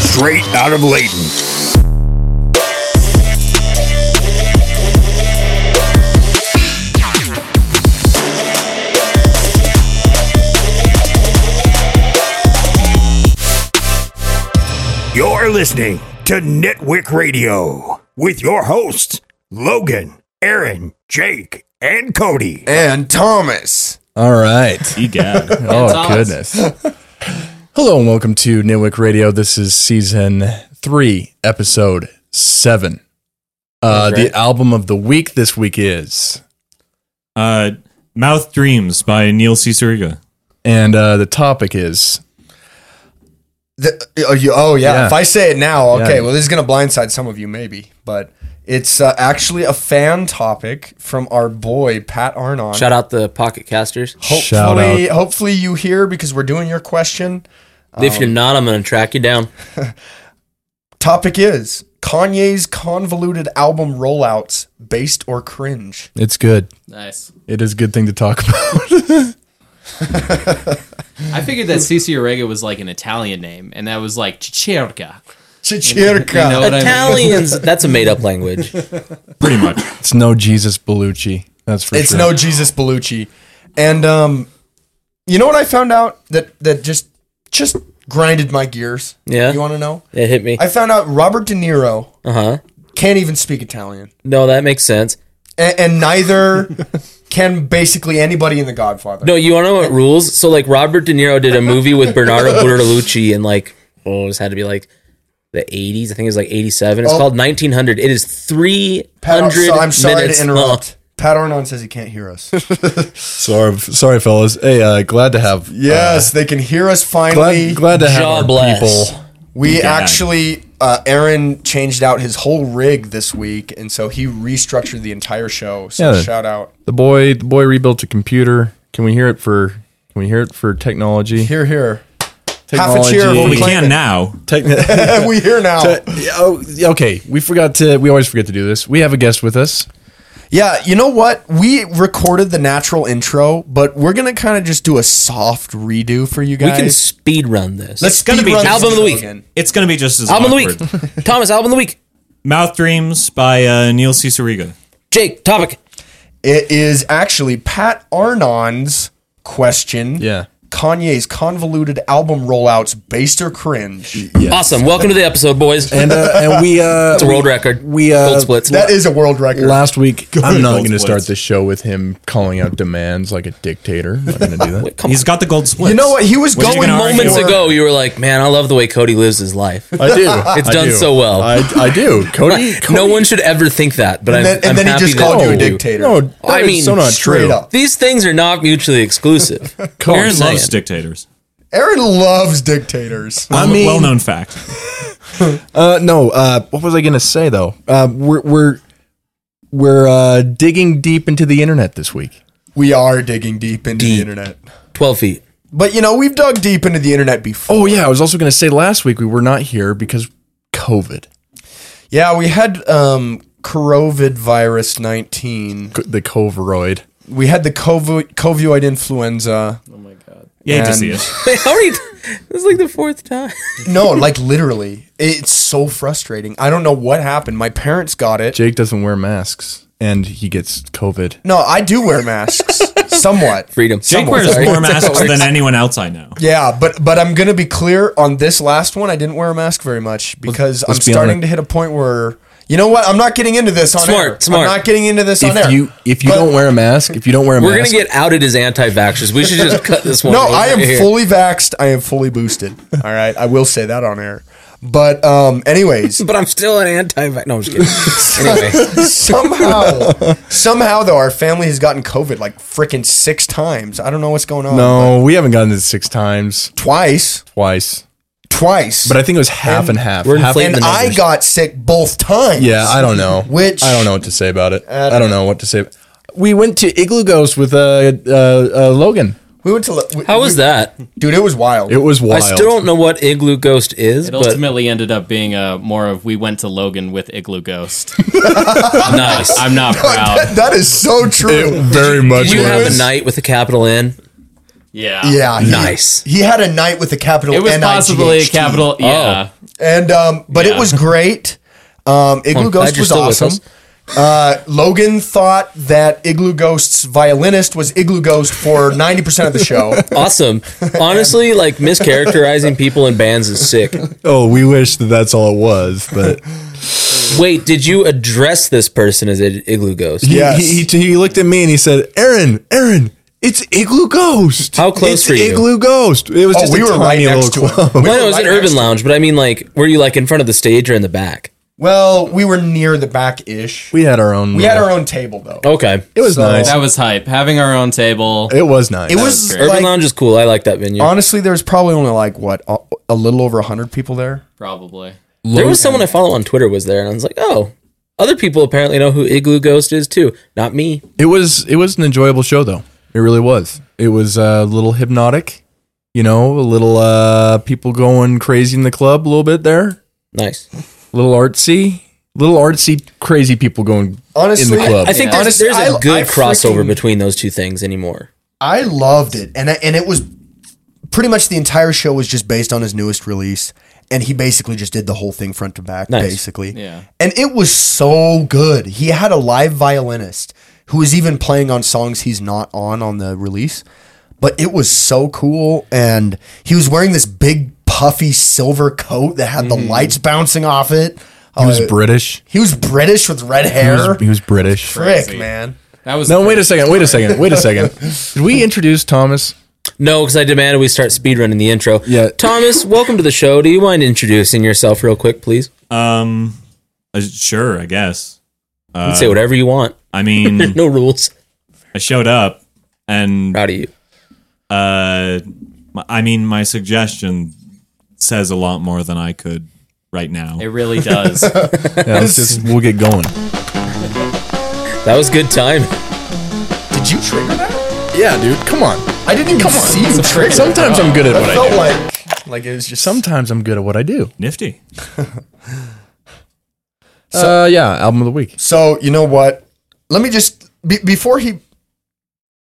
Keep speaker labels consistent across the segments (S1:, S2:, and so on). S1: straight out of Layton. You're listening to Nitwick Radio with your hosts, Logan, Aaron, Jake, and Cody.
S2: and Thomas.
S3: All right.
S4: Egad.
S3: Oh, goodness. Hello and welcome to Nitwick Radio. This is season three, episode seven. Uh,
S2: Okay.
S3: The album of the week this week is,
S4: uh, Mouth Dreams by Neil Cicerega.
S3: and uh, the topic is
S2: The, oh, you, oh yeah.
S3: Yeah.
S2: If I say it now, okay.
S3: Yeah.
S2: Well, this is gonna blindside some of you, maybe, but it's uh, actually a fan topic from our boy Pat Arnon.
S5: Shout out the pocket casters.
S2: hopefully,
S3: Shout out.
S2: hopefully you hear because we're doing your question.
S5: if you're not, I'm gonna track you down.
S2: Topic is Kanye's convoluted album rollouts, based or cringe.
S3: It's Good.
S6: Nice.
S3: It is a good thing to talk about.
S6: I figured that Cici Orega was like an Italian name, and that was like Chicherka.
S2: Chichirka.
S6: You know what I mean?
S5: Italians. That's a made up language.
S4: Pretty much.
S3: it's no Jesus Bellucci. That's for
S2: it's
S3: sure.
S2: no Jesus Bellucci. And um, you know what I found out that that just just grinded my gears.
S5: Yeah.
S2: You want to know?
S5: It hit me.
S2: I found out Robert De Niro
S5: Uh huh.
S2: can't even speak Italian,
S5: No, that makes sense.
S2: and, and neither can basically anybody in The Godfather.
S5: No, you wanna know what rules? So like Robert De Niro did a movie with Bernardo Bertolucci in like oh, this had to be like the 80s. I think it was like 87. It's
S2: Oh.
S5: called 1900. It is 300
S2: Pat Ar- so I'm sorry
S5: minutes Oh.
S2: to
S5: long.
S2: interrupt. Pat Arnon says he can't hear us.
S3: sorry, sorry, fellas. Hey, uh, glad to have.
S2: yes, they can hear us finally.
S3: Glad, glad to have
S5: Jaw
S3: our
S5: bless.
S3: people.
S2: We
S4: Yeah.
S2: actually, uh, Aaron changed out his whole rig this week, and so he restructured the entire show. So
S3: Yeah.
S2: shout out.
S3: The boy, the boy rebuilt a computer. Can we hear it for? Can we hear it for technology?
S2: Here, here. Half a
S3: Technology.
S2: cheer.
S4: Well, we
S2: Claim it.
S4: can now.
S3: Techn-
S2: And we here now.
S3: Uh, oh, okay. We forgot to. We always forget to do this. We have a guest with us.
S2: Yeah, you know what? We recorded the natural intro, but we're gonna kind of just do a soft redo for you
S5: We
S2: guys.
S5: can speed run this.
S2: Let's
S4: gonna be
S2: speedrun this
S5: Album of the week.
S2: again.
S4: It's going to be just as
S5: album
S4: awkward.
S5: of the week. Thomas, album of the week.
S4: Mouth Dreams by uh, Neil Cicerega.
S5: Jake, topic.
S2: It is actually Pat Arnon's question.
S3: Yeah.
S2: Kanye's convoluted album rollouts, based or cringe.
S5: Awesome. Welcome to the episode, boys.
S3: And uh, and we. Uh,
S5: It's a world record.
S3: We uh,
S5: Gold splits.
S2: That is a world record.
S3: last week. I'm not
S4: Gold
S3: going to start
S4: splits.
S3: the show with him calling out demands like a dictator. I'm not going to do that.
S5: Come
S4: He's got the gold split.
S2: you know what? He was
S4: Was he
S2: going
S4: gonna argue?
S5: Moments
S2: for-
S5: ago, you were like, "Man, I love the way Cody lives his life."
S3: I do.
S5: It's
S3: I
S5: done
S3: do.
S5: so well.
S3: I, I do. Cody. Cody
S5: no one should ever think that, but I'm,
S2: And then,
S5: I'm
S2: and then he
S5: happy
S2: just
S5: that
S2: called you a
S5: do.
S2: dictator.
S3: No, that
S5: I
S3: is
S5: mean,
S3: so not
S2: straight
S3: true.
S2: up.
S5: These things are not mutually exclusive.
S3: Cody,
S5: Aaron
S4: Aaron
S5: saying.
S4: loves dictators.
S2: Aaron loves dictators.
S3: I mean-
S4: well known fact.
S3: Uh, no. Uh, what was I going to say though? Uh, we're we're we're uh, digging deep into the internet this week.
S2: We are digging deep into the internet.
S5: Twelve feet.
S2: But you know, we've dug deep into the internet before.
S3: Oh yeah, I was also going to say last week we were not here because COVID,
S2: Yeah, we had um COVID virus 19.
S3: C- the coveroid.
S2: We had the COVID, COVID influenza.
S4: Yeah, hate to
S2: And-
S4: see it.
S5: Wait, how are you? This is like the fourth time.
S2: No, like literally. It's so frustrating. I don't know what happened. My parents got it.
S3: Jake doesn't wear masks and he gets COVID.
S2: No, I do wear masks somewhat.
S5: Freedom.
S4: Jake
S2: Somewhat.
S4: wears
S2: Sorry.
S4: more masks than anyone else I know.
S2: Yeah, but but I'm going to be clear on this last one. I didn't wear a mask very much because I'm
S3: let's be
S2: starting
S3: honest.
S2: to hit a point where you know what? I'm not getting into this on
S5: Smart,
S2: air.
S5: smart.
S2: I'm not getting into this on
S3: If
S2: air.
S3: you if you
S2: But-
S3: don't wear a mask, if you don't wear a
S5: We're
S3: mask,
S5: gonna get outed as anti-vaxxers. We should just cut this one.
S2: No,
S5: over
S2: I am
S5: here.
S2: fully vaxxed. I am fully boosted. All right. I will say that on air. But um anyways,
S5: But I'm still an anti-vax. No, I'm just kidding. anyway,
S2: somehow somehow though our family has gotten COVID like freaking six times. I don't know what's going on.
S3: no, we haven't gotten it six times,
S2: but Twice.
S3: twice,
S2: Twice.
S3: but I think it was half and, half.
S5: we're
S3: half
S5: inflating
S2: and
S5: the
S2: I
S5: numbers.
S2: got sick both times.
S3: yeah, I don't know.
S2: Which-
S3: I don't know what to say about it. I
S2: don't
S3: don't, know. what to say. We went to Igloo Ghost with uh, uh, uh Logan.
S2: We went to lo- we-
S5: how was
S2: we-
S5: that?
S2: Dude, it was wild.
S3: It was
S5: I
S3: wild.
S5: still don't know what igloo ghost is,
S6: It
S5: but
S6: ultimately ended up being uh, more of we went to Logan with Igloo Ghost.
S5: nice.
S6: I'm not proud.
S2: that is so true.
S3: very much.
S5: Did you have a
S2: was-
S5: night with a capital N?
S6: Yeah.
S2: yeah. he-
S5: Nice.
S2: He had a night with the capital
S6: It was
S2: N-I-G-H-T.
S5: Oh.
S6: possibly a capital. Yeah.
S2: And um, but it was great. Um, Igloo
S5: I'm glad
S2: Ghost
S5: you're
S2: was
S5: still with
S2: awesome. Uh, Logan thought that Igloo Ghost's violinist was Igloo Ghost for ninety percent of the show.
S5: Awesome. Honestly, like mischaracterizing people in bands is sick.
S3: Oh, we wish that that's all it was, but
S5: Wait, did you address this person as an igloo ghost?
S3: he,
S2: Yes.
S3: he, he, he looked at me and he said, "Aaron, Aaron, it's Igloo Ghost.
S5: How close
S3: it's
S5: were you?
S3: Igloo Ghost. It was
S2: Oh,
S3: just
S2: we
S3: a
S2: were
S3: tiny
S2: right
S3: little
S2: next to him.
S3: club.
S5: Well, I know it was
S2: right
S5: an urban
S2: next to-
S5: lounge, but I mean, like, were you like in front of the stage or in the back?
S2: Well, we were near the back ish.
S3: We had our own.
S2: We had our own table though.
S5: Okay.
S3: It was nice.
S6: That was hype. Having our own table.
S3: It was nice.
S2: It was
S6: great.
S5: Urban
S2: like,
S5: Lounge is cool. I like that venue.
S2: honestly there was probably only like what a, a little over hundred people there.
S6: Probably.
S5: there was someone I follow on Twitter was there, and I was like, oh, other people apparently know who Igloo Ghost is too. Not me.
S3: It was it was an enjoyable show though. It really was. It was a little hypnotic, you know, a little uh people going crazy in the club a little bit there.
S5: Nice.
S3: A little artsy. Little artsy crazy people going
S2: Honestly,
S3: in the club.
S5: I think
S6: Yeah.
S5: there's,
S2: Honestly,
S5: there's a
S2: I-
S5: good
S2: I
S5: crossover
S2: freaking-
S5: between those two things anymore.
S2: I loved it, and I, and it was pretty much the entire show was just based on his newest release, and he basically just did the whole thing front to back,
S5: Nice.
S2: basically.
S6: Yeah.
S2: and it was so good. He had a live violinist who was even playing on songs he's not on on the release, but it was so cool, and he was wearing this big puffy silver coat that had the lights bouncing off it.
S3: he was
S2: Uh,
S3: British.
S2: Mm-hmm. he was British with red
S3: He
S2: hair.
S3: was, he was British.
S2: Frick, man.
S6: That was
S3: No, wait a second. Wait a second. Wait a second. Did we introduce Thomas?
S5: No, because I demanded we start speedrunning the intro.
S3: Yeah.
S5: Thomas, welcome to the show. Do you mind introducing yourself real quick, please?
S4: Um, uh, sure, I guess.
S5: You can say whatever you want.
S4: I mean,
S5: No rules.
S4: I showed up, and
S5: Proud of you.
S4: uh, my- I mean, my suggestion says a lot more than I could right now.
S6: It really does.
S3: Yeah, let's just we'll get going.
S5: That was good time.
S2: Did you trigger that?
S3: Yeah, dude. Come on.
S2: I didn't even see you trigger. that.
S3: Sometimes I'm good at what
S2: I
S3: I
S2: felt
S3: do.
S2: like like it was just some.
S3: Sometimes I'm good at what I do.
S4: Nifty.
S3: uh, yeah, album of the week.
S2: So you know what? Let me just be, before he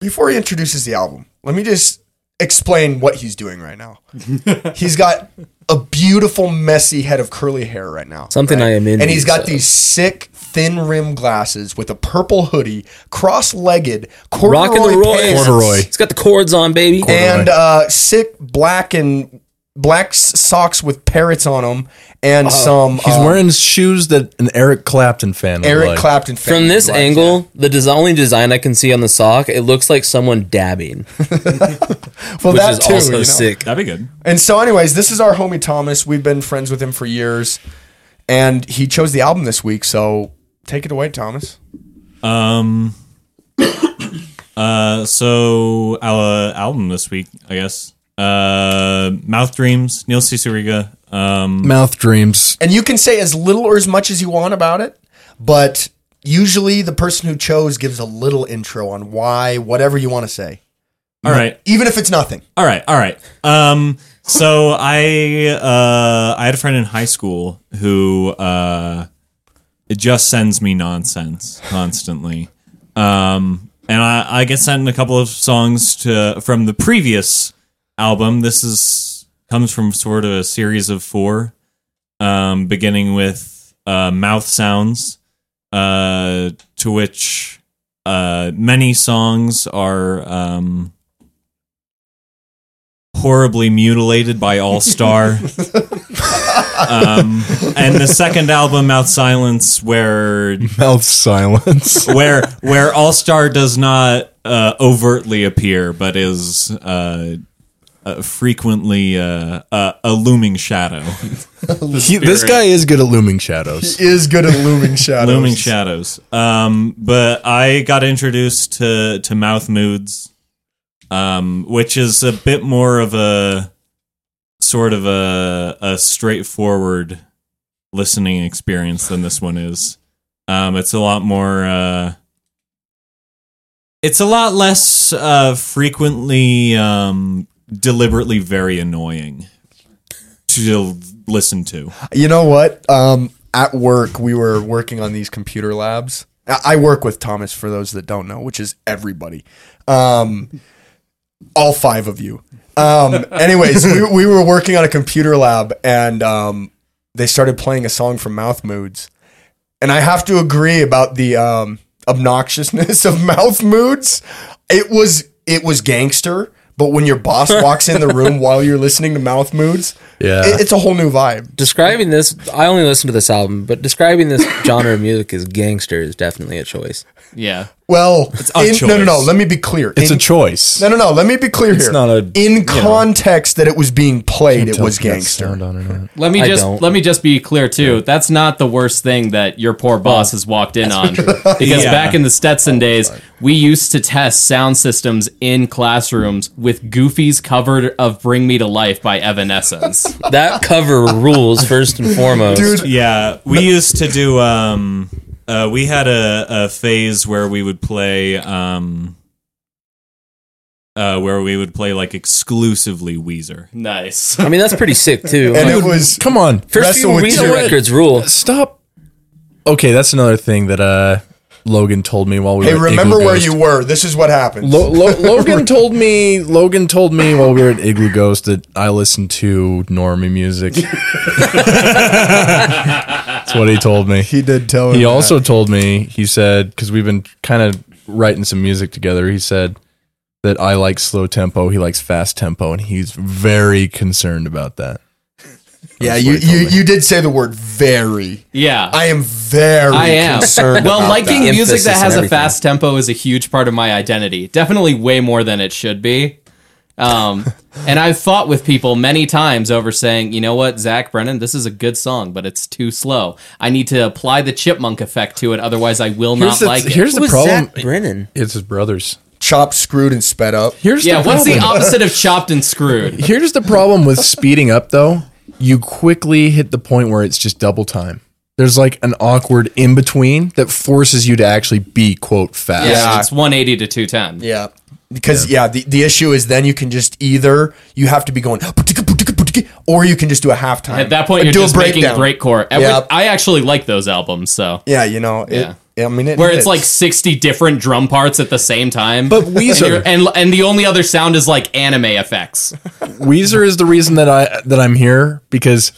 S2: before he introduces the album. Let me just explain what he's doing right now. he's got a beautiful messy head of curly hair right now.
S5: Something
S2: right?
S5: I am in.
S2: And he's got these sick thin rim glasses with a purple hoodie, cross-legged, corduroy
S5: Rocking the Roy.
S2: pants,
S3: Corduroy.
S5: It's got the cords on, baby.
S2: and uh, sick black and black s- socks with parrots on them, and some
S3: Uh-huh. He's
S2: uh,
S3: wearing shoes that an Eric Clapton fan would
S2: Eric
S3: like.
S2: Clapton. fan
S5: From this
S2: likes.
S5: angle, the des- only design I can see on the sock, it looks like someone dabbing,
S2: well,
S5: which
S2: that
S5: is
S2: too,
S5: also
S2: you know.
S5: sick.
S4: That'd be good.
S2: And so, anyways, this is our homie Thomas. We've been friends with him for years, and he chose the album this week. So take it away, Thomas.
S4: Um. Uh, so our album this week, I guess. Uh, Mouth Dreams, Neil Ciceriga. Um,
S3: Mouth dreams.
S2: And you can say as little or as much as you want about it, but usually the person who chose gives a little intro on why, whatever you want to say,
S4: all right,
S2: even if it's nothing.
S4: all right, all right. Um, so I uh I had a friend in high school who uh it just sends me nonsense constantly. Um, and I, I get sent a couple of songs to from the previous album. This is comes from sort of a series of four, um, beginning with uh, mouth sounds, uh, to which uh, many songs are um, horribly mutilated by All Star. um, and the second album, Mouth Silence, where
S3: Mouth silence.
S4: where where All Star does not uh, overtly appear, but is uh, uh, frequently uh, uh, a looming shadow.
S3: He- this guy is good at looming shadows.
S2: Is good at looming shadows.
S4: Looming shadows. Um, but I got introduced to to Mouth Moods, um, which is a bit more of a sort of a a straightforward listening experience than this one is. Um, it's a lot more. Uh, it's a lot less uh, frequently, um, deliberately very annoying to listen to.
S2: You know what? Um, at work, we were working on these computer labs. I I work with Thomas for those that don't know, which is everybody. Um, all five of you. Um, anyways, we, we were working on a computer lab and um, they started playing a song from Mouth Moods, and I have to agree about the um, obnoxiousness of Mouth Moods. It was it was gangster, but when your boss walks in the room while you're listening to Mouth Moods,
S3: Yeah.
S2: it- it's a whole new vibe.
S5: Describing this, I only listened to this album, but describing this genre of music as gangster is definitely a choice.
S6: Yeah.
S2: Well,
S4: a
S2: in- no, no, no.
S4: choice.
S2: Let me be clear.
S3: It's
S2: In-
S3: a choice.
S2: No, no, no. Let me be clear here.
S3: not a-
S2: in context that it was being played. It
S3: Tell
S2: was
S3: if you got
S2: gangster.
S3: sound on or not.
S6: Let me
S5: I
S6: just
S5: don't.
S6: let me just be clear too. That's not the worst thing that your poor boss has walked in on. Because
S4: Yeah.
S6: back in the Stetson days, we used to test sound systems in classrooms with Goofy's cover of "Bring Me to Life" by Evanescence.
S5: That cover rules first and foremost.
S2: Dude,
S4: Yeah, we used to do. Um, uh, we had a, a phase where we would play, um, uh, where we would play like exclusively Weezer.
S6: nice.
S5: I mean, that's pretty sick too.
S2: and
S5: Like,
S2: it was
S3: Come on.
S5: first few
S2: wrestle with
S5: Weezer
S2: your-
S5: records rule.
S3: Stop. Okay, that's another thing that uh, Logan told me while we
S2: Hey,
S3: were at
S2: remember
S3: Igloo
S2: where
S3: Ghost.
S2: you were. This is what happens.
S3: Lo- Lo- Logan told me. Logan told me while we were at Igloo Ghost that I listen to normie music. That's what he told me.
S2: he did tell him.
S3: He
S2: that.
S3: also told me. He said because we've been kind of writing some music together. He said that I like slow tempo. He likes fast tempo, and he's very concerned about that.
S2: Yeah, you, you you did say the word very.
S6: Yeah.
S2: I am very
S6: I am.
S2: concerned.
S6: well,
S2: about
S6: liking
S2: that.
S6: music
S5: Emphasis
S6: that has
S5: and
S6: a fast tempo is a huge part of my identity. Definitely way more than it should be. Um, and I've fought with people many times over saying, you know what, Zach Brennan, this is a good song, but it's too slow. I need to apply the chipmunk effect to it, otherwise I will
S3: Here's
S6: not
S3: the,
S6: like it.
S3: here's
S5: Who
S3: the
S5: was
S3: problem.
S5: Zach Brennan?
S3: It's his brothers.
S2: chopped, screwed, and sped up.
S3: Here's
S6: Yeah,
S3: the
S6: what's the
S3: problem.
S6: opposite of chopped and screwed?
S3: Here's the problem with speeding up though. You quickly hit the point where it's just double time. There's like an awkward in between that forces you to actually be quote fast.
S6: Yeah, it's 180 to 210.
S2: Yeah, because yeah, the, the issue is then you can just either you have to be going or you can just do a halftime.
S6: At that point, you're
S2: do
S6: just
S2: a
S6: making
S2: breakdown.
S6: breakcore. And
S2: Yeah.
S6: which- I actually like those albums, so.
S2: Yeah, you know. It, I mean, it
S6: where it's
S2: hits.
S6: like 60 different drum parts at the same time.
S3: But
S6: and,
S3: Weezer,
S6: you're- and and the only other sound is like anime effects.
S3: Weezer is the reason that I that I'm here because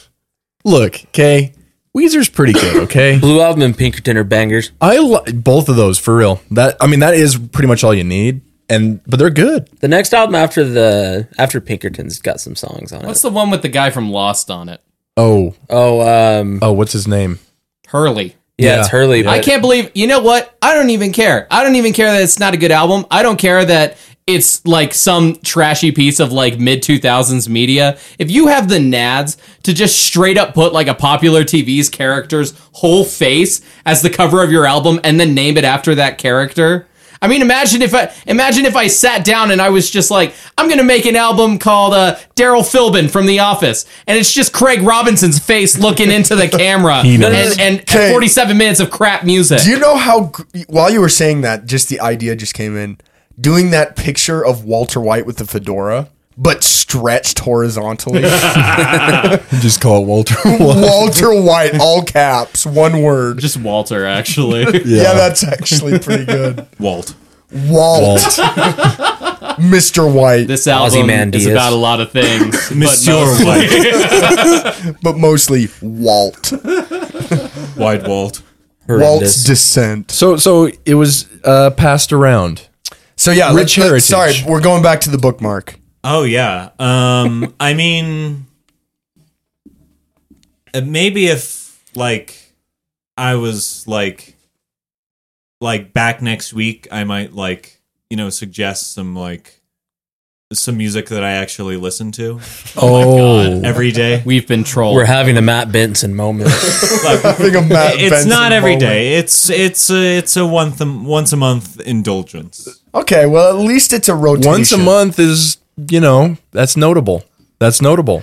S3: look, okay, Weezer's pretty good, okay.
S5: Blue Album and Pinkerton are bangers.
S3: I li- both of those for real. That I mean, that is pretty much all you need, and but they're good.
S5: The next album after the after Pinkerton's got some songs on it.
S6: What's the one with the guy from Lost on it?
S3: Oh,
S5: oh, um,
S3: oh, what's his name?
S6: Hurley.
S5: yeah,
S3: Yeah.
S5: it's Hurley.
S6: I
S5: but-
S6: can't believe. You know what? I don't even care. I don't even care that it's not a good album. I don't care that it's like some trashy piece of like mid 2000s media. If you have the nads to just straight up put like a popular TV's character's whole face as the cover of your album and then name it after that character. I mean, imagine if I imagine if I sat down and I was just like, I'm gonna make an album called uh, Daryl Philbin from The Office, and it's just Craig Robinson's face looking into the camera, and,
S3: knows.
S6: and
S2: Okay.
S6: 47 minutes of crap music.
S2: Do you know how? gr- While you were saying that, just the idea just came in. Doing that picture of Walter White with the fedora, but stretched horizontally.
S3: Just call it Walter.
S2: Walter White, all caps, one word.
S6: Just Walter, actually.
S2: Yeah, that's actually pretty good.
S4: Walt.
S2: Walt, Mr. White,
S6: this album
S5: Ozymandias.
S6: is about a lot of things. but
S4: Monsieur White.
S2: but mostly Walt.
S4: White Walt.
S2: Walt's
S5: horrendous.
S2: descent.
S3: So so it was uh, passed around.
S2: So yeah, let-
S3: Rich
S2: let-
S3: heritage.
S2: Sorry, we're going back to the bookmark.
S4: Oh yeah. Um, I mean, uh, maybe if like I was like like back next week, I might like you know suggest some like some music that I actually listen to
S3: Oh,
S4: every day.
S6: We've been trolled.
S5: We're having a Matt Benson moment.
S2: Having a Matt
S4: it's
S2: Uh, Benson
S4: not every day.
S2: moment.
S4: It's it's a, it's a once a, once a month indulgence.
S2: Okay, well at least it's a rotation.
S3: once a month is you know that's notable. That's notable.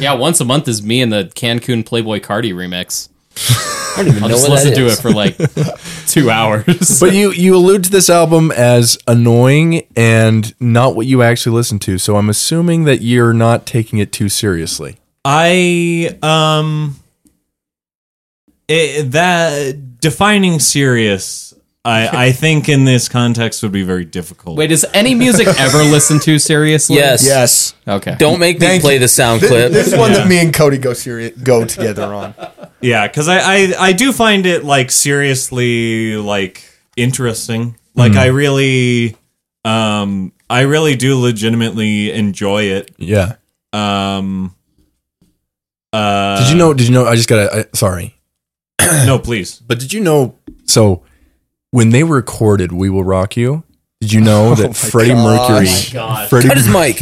S6: yeah, once a month is me and the Cancun Playboy Cardi remix.
S5: I don't even
S6: I'll
S5: know
S6: just
S5: what
S6: listen
S5: that
S6: to it
S5: is.
S6: for like two hours.
S3: But you you allude to this album as annoying and not what you actually listen to. So I'm assuming that you're not taking it too seriously.
S4: I um it, that defining serious I, I think in this context would be very difficult.
S6: Wait, is any music ever listened to seriously?
S5: Yes.
S2: Yes.
S6: Okay.
S5: Don't make me
S2: Thank
S5: play the sound
S2: This
S5: clip.
S2: one that me and Cody go seri- go together on.
S4: Yeah, because I, I I do find it like seriously like interesting. Like
S6: Hmm.
S4: I really um I really do legitimately enjoy it.
S3: Yeah.
S4: Um uh
S3: Did you know? Did you know? I just gotta. I, sorry.
S4: No, please.
S3: But did you know? So when they recorded "We Will Rock You," did you know that Freddie
S2: gosh.
S3: Mercury, Freddie,
S5: Cut his mic.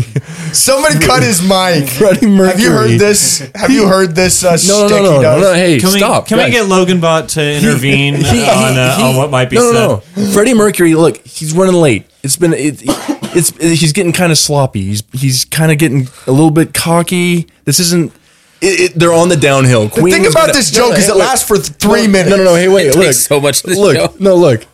S2: Somebody cut his mic.
S3: Freddie Mercury?
S2: Have you heard this? Have you heard this? Uh,
S3: No, no,
S2: shtick he
S3: no, no, no,
S2: does?
S3: no. Hey,
S4: Can we
S3: stop.
S4: can we
S3: guys.
S4: get Logan Bot to intervene on uh, on what might be
S3: no,
S4: said?
S3: no, no. Freddie Mercury, look, he's running late. It's been it, it's he's getting kind of sloppy. He's he's kind of getting a little bit cocky. This isn't. It, it, they're on the downhill.
S2: The
S3: Queen
S2: thing
S3: was
S2: about
S3: gonna-
S2: this
S3: No, no,
S2: joke is
S3: hey,
S2: it
S3: look.
S2: lasts for th- three
S3: No,
S2: minutes.
S3: No, no, no. Hey, wait.
S5: It
S3: look.
S5: takes so much to this
S3: look.
S5: show.
S3: No, look.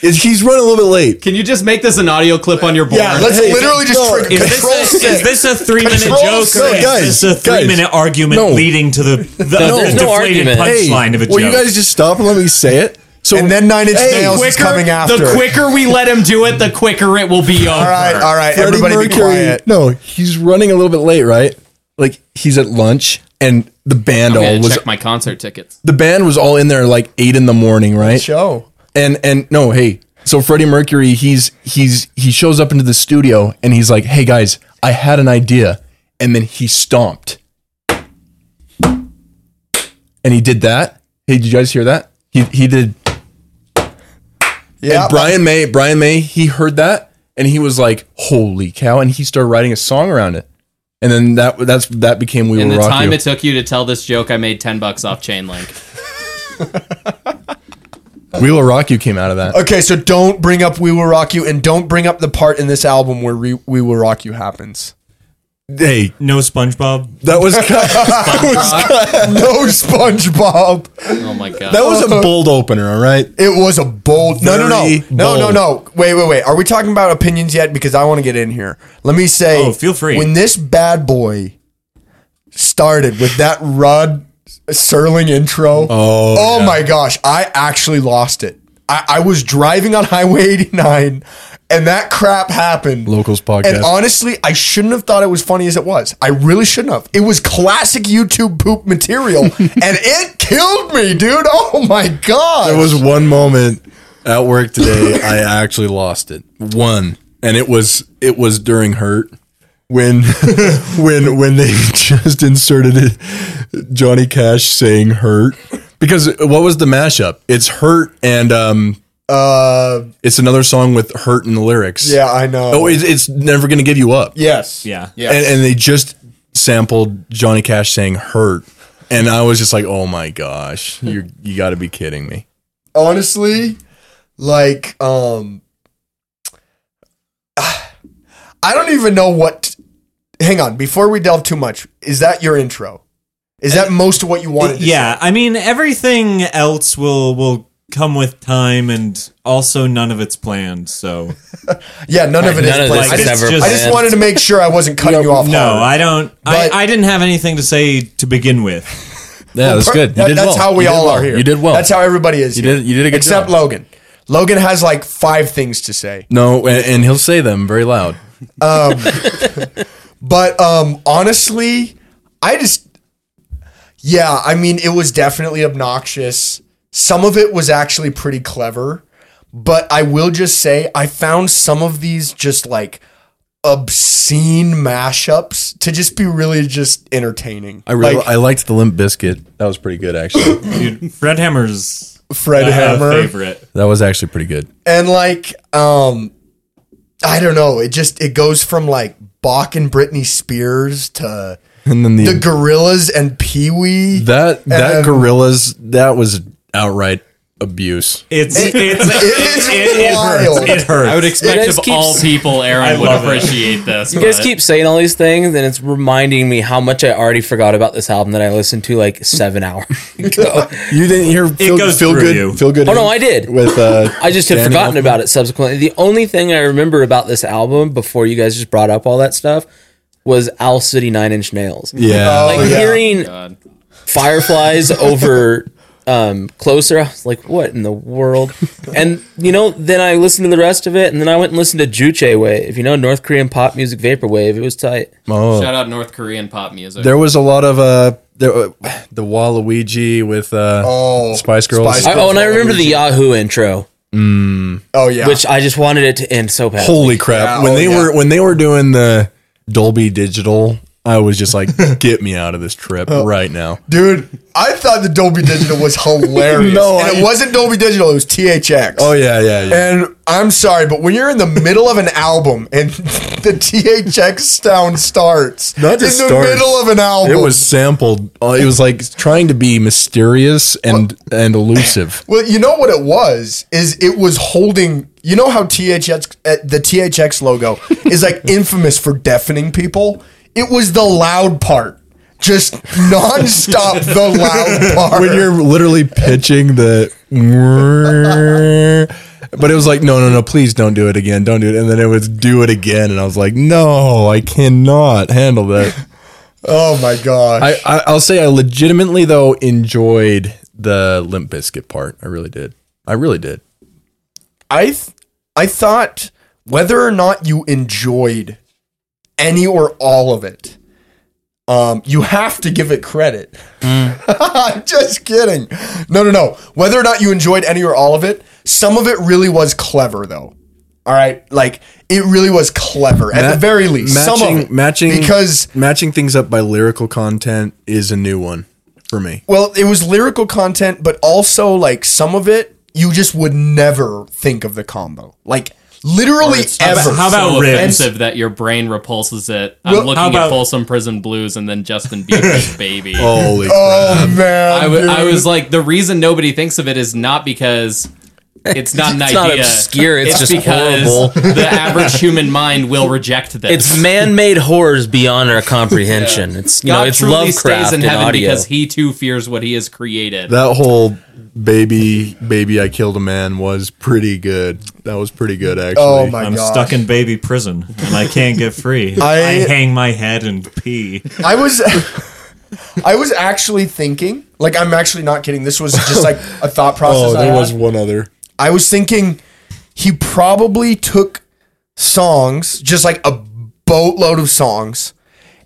S3: It- he's running a little bit late.
S6: Can you just make this an audio clip on your board?
S2: Yeah, let's
S3: Hey,
S2: literally just
S3: no,
S2: trigger
S4: Is
S2: control
S4: this, a, is
S2: stick.
S4: this a three minute
S2: Control
S4: joke or
S2: six.
S4: is this a
S3: Guys, guys.
S4: three minute argument
S3: No.
S4: leading to the, the,
S5: No,
S4: the
S5: there's no
S4: deflated
S5: argument.
S3: Hey,
S4: punchline of a
S3: will
S4: joke?
S3: you guys just stop and let me say it? So
S2: And then Nine Inch
S3: Hey,
S2: Nails is
S6: quicker,
S2: coming after.
S6: The quicker we let him do it, the quicker it will be over.
S2: all right, uh, all right,
S3: Freddie
S2: everybody be quiet.
S3: No, he's running a little bit late, right? Like he's at lunch, and the band
S6: I'm
S3: all
S6: gonna
S3: was
S6: check my concert tickets.
S3: the band was all in there like eight in the morning, right?
S2: Show.
S3: and and no hey so freddie mercury he's he's he shows up into the studio and he's like hey guys i had an idea and then he stomped and he did that hey did you guys hear that he he did
S2: Yeah,
S3: and brian may brian may he heard that and he was like holy cow and he started writing a song around it and then that that's that became we
S6: In
S3: were
S6: the
S3: rock
S6: time
S3: You.
S6: it took you to tell this joke, I made ten bucks off chain link.
S3: we will rock you came out of that
S2: Okay, so don't bring up "We Will Rock You" and don't bring up the part in this album where re- "We Will Rock You" happens.
S3: hey
S4: no SpongeBob?
S3: that was that
S2: No, SpongeBob.
S6: Oh my god.
S3: was a bold opener all right
S2: It was a bold. No, no, no,
S3: Very
S2: no, no,
S3: bold.
S2: no. Wait, wait, wait. Are we talking about opinions yet? Because I want to get in here. Let me say.
S4: Oh, feel free.
S2: When this bad boy started with that Rod Serling intro, oh, my gosh, I actually lost it. I, I was driving on Highway 89, and that crap happened.
S3: locals
S2: And
S3: podcast
S2: honestly, I shouldn't have thought it was funny as it was. I really shouldn't have. It was classic YouTube poop material, and it killed me, dude. Oh my god!
S3: There was one moment at work today I actually lost it. One, and it was it was during hurt when when when they just inserted it, Johnny Cash saying hurt because what was the mashup? It's hurt and um
S2: Uh,
S3: it's another song with hurt in the lyrics.
S2: yeah, I know.
S3: Oh, it's, it's never gonna give you up.
S2: yes.
S4: Yeah.
S2: Yes.
S3: And, and they just sampled Johnny Cash saying hurt. And I was just like, "Oh my gosh, you you got to be kidding me!"
S2: honestly, like, um, I don't even know what. hang on, before we delve too much, is that your intro? Is that most of what you wanted? To
S4: yeah i mean everything else will will come with time and also none of it's planned so
S2: say? yeah. None of it is.
S5: None of
S2: planned.
S5: this
S2: I
S5: is
S2: just,
S5: ever
S4: just-
S2: I just
S5: planned.
S2: wanted to make sure I wasn't cutting you off.
S4: no
S2: hard.
S4: i don't
S2: But-
S4: I, I didn't have anything to say to begin with
S3: Yeah, that's
S2: Per-
S3: good. You
S2: that-
S3: did
S2: that's
S3: well.
S2: how we
S3: You did
S2: all
S3: well.
S2: are here.
S3: You did well.
S2: That's how everybody is. You
S3: did- you did a good
S2: Except
S3: job.
S2: Logan. Logan has like five things to say.
S3: No, and, and he'll say them very loud.
S2: But um, honestly, I just, yeah, I mean, it was definitely obnoxious. Some of it was actually pretty clever, but I will just say I found some of these just like obscene mashups to just be really just entertaining.
S3: I really,
S2: like
S3: I liked the Limp Biscuit. That was pretty good, actually.
S4: dude fred hammer's
S2: Fred
S4: uh,
S2: Hammer.
S4: favorite
S3: that was actually pretty good.
S2: and like um i don't know it just it goes from like bach and britney spears to
S3: And then the,
S2: the gorillas and pee-wee
S3: that that
S2: and-
S3: gorillas that was outright abuse.
S4: it's it's
S2: is
S4: it, it
S2: wild.
S4: hurts it hurts
S6: I would
S5: You
S6: expect
S5: guys
S6: of
S5: keep
S6: all
S5: s-
S6: people, Aaron would
S4: love it.
S6: appreciate this.
S5: You guys
S6: but-
S5: keep saying all these things, and it's reminding me how much I already forgot about this album that I listened to like seven hours ago.
S3: You didn't hear feel,
S4: goes
S3: feel
S4: through
S3: good.
S4: you.
S3: Feel good.
S5: Oh, no, I did.
S3: With uh,
S5: I just had
S3: Danny
S5: forgotten
S3: Elfman.
S5: about it subsequently. The only thing I remember about this album before you guys just brought up all that stuff was Owl City Nine Inch Nails.
S3: Yeah,
S2: Oh,
S5: Like
S2: yeah.
S5: hearing
S6: God.
S5: Fireflies over um, closer. I was like, what in the world? and you know, then I listened to the rest of it, and then I went and listened to Juche Wave. If you know North Korean pop music vaporwave, it was tight.
S3: Oh,
S6: Shout out North Korean pop music.
S3: there was a lot of uh, there, uh the Waluigi with uh,
S2: Oh,
S3: Spice Girls.
S2: Spice
S5: I, oh, and I
S2: Girls.
S5: remember the Yahoo intro,
S2: Oh yeah.
S5: which I just wanted it to end so bad.
S3: Holy crap!
S2: Yeah,
S3: when
S2: oh,
S3: they
S2: yeah.
S3: were when they were doing the Dolby Digital, I was just like, get me out of this trip right now.
S2: Dude, I thought the Dolby Digital was hilarious.
S3: No,
S2: and
S3: I-
S2: it wasn't Dolby Digital, it was THX.
S3: Oh yeah, yeah, yeah.
S2: And I'm sorry, but when you're in the middle of an album and the THX sound starts
S3: Not
S2: in
S3: just
S2: the
S3: starts.
S2: middle of an album,
S3: It was sampled. uh, It was like trying to be mysterious and and elusive.
S2: Well, you know what it was is it was holding. You know how THX uh, the THX logo is like infamous for deafening people. It was the loud part, just nonstop the loud part.
S3: When you're literally pitching the, but it was like, no, no, no, please don't do it again, don't do it. And then it was do it again, and I was like, no, I cannot handle that.
S2: oh my gosh!
S3: I, I I'll say I legitimately though enjoyed the Limp Biscuit part. I really did. I really did.
S2: I th- I thought whether or not you enjoyed any or all of it, um, you have to give it credit.
S3: Mm.
S2: I'm just kidding. No, no, no. Whether or not you enjoyed any or all of it, some of it really was clever, though. All right, like it really was clever at
S3: Ma-
S2: the very least.
S3: matching,
S2: some of it,
S3: matching
S2: because
S3: matching things up by lyrical content is a new one for me.
S2: Well, it was lyrical content, but also like some of it you just would never think of the combo. Like literally ever.
S4: How about
S6: so
S4: ribs?
S6: offensive that your brain repulses it. I'm
S2: Well,
S6: looking
S4: how
S6: at
S4: about-
S6: Folsom Prison Blues and then Justin Bieber's Baby.
S3: Holy
S2: Oh man.
S6: I wa- I
S2: dude.
S6: was like, the reason nobody thinks of it is not because it's not an
S5: It's
S6: idea.
S5: not obscure, it's just
S6: because
S5: horrible.
S6: the average human mind will reject this.
S5: It's man-made horrors beyond our comprehension. It's you know,
S6: God
S5: it's
S6: truly
S5: Lovecraft
S6: stays in heaven
S5: audio.
S6: because he too fears what he has created.
S3: That whole baby baby I killed a man was pretty good. That was pretty good actually.
S2: Oh my
S4: I'm
S2: gosh.
S4: stuck in baby prison and I can't get free.
S2: I-
S4: I, hang my head and pee.
S2: I was I was actually thinking, like I'm actually not kidding. This was just like a thought process.
S3: Oh,
S2: I,
S3: there
S2: had.
S3: was one other.
S2: I was thinking he probably took songs, just like a boatload of songs,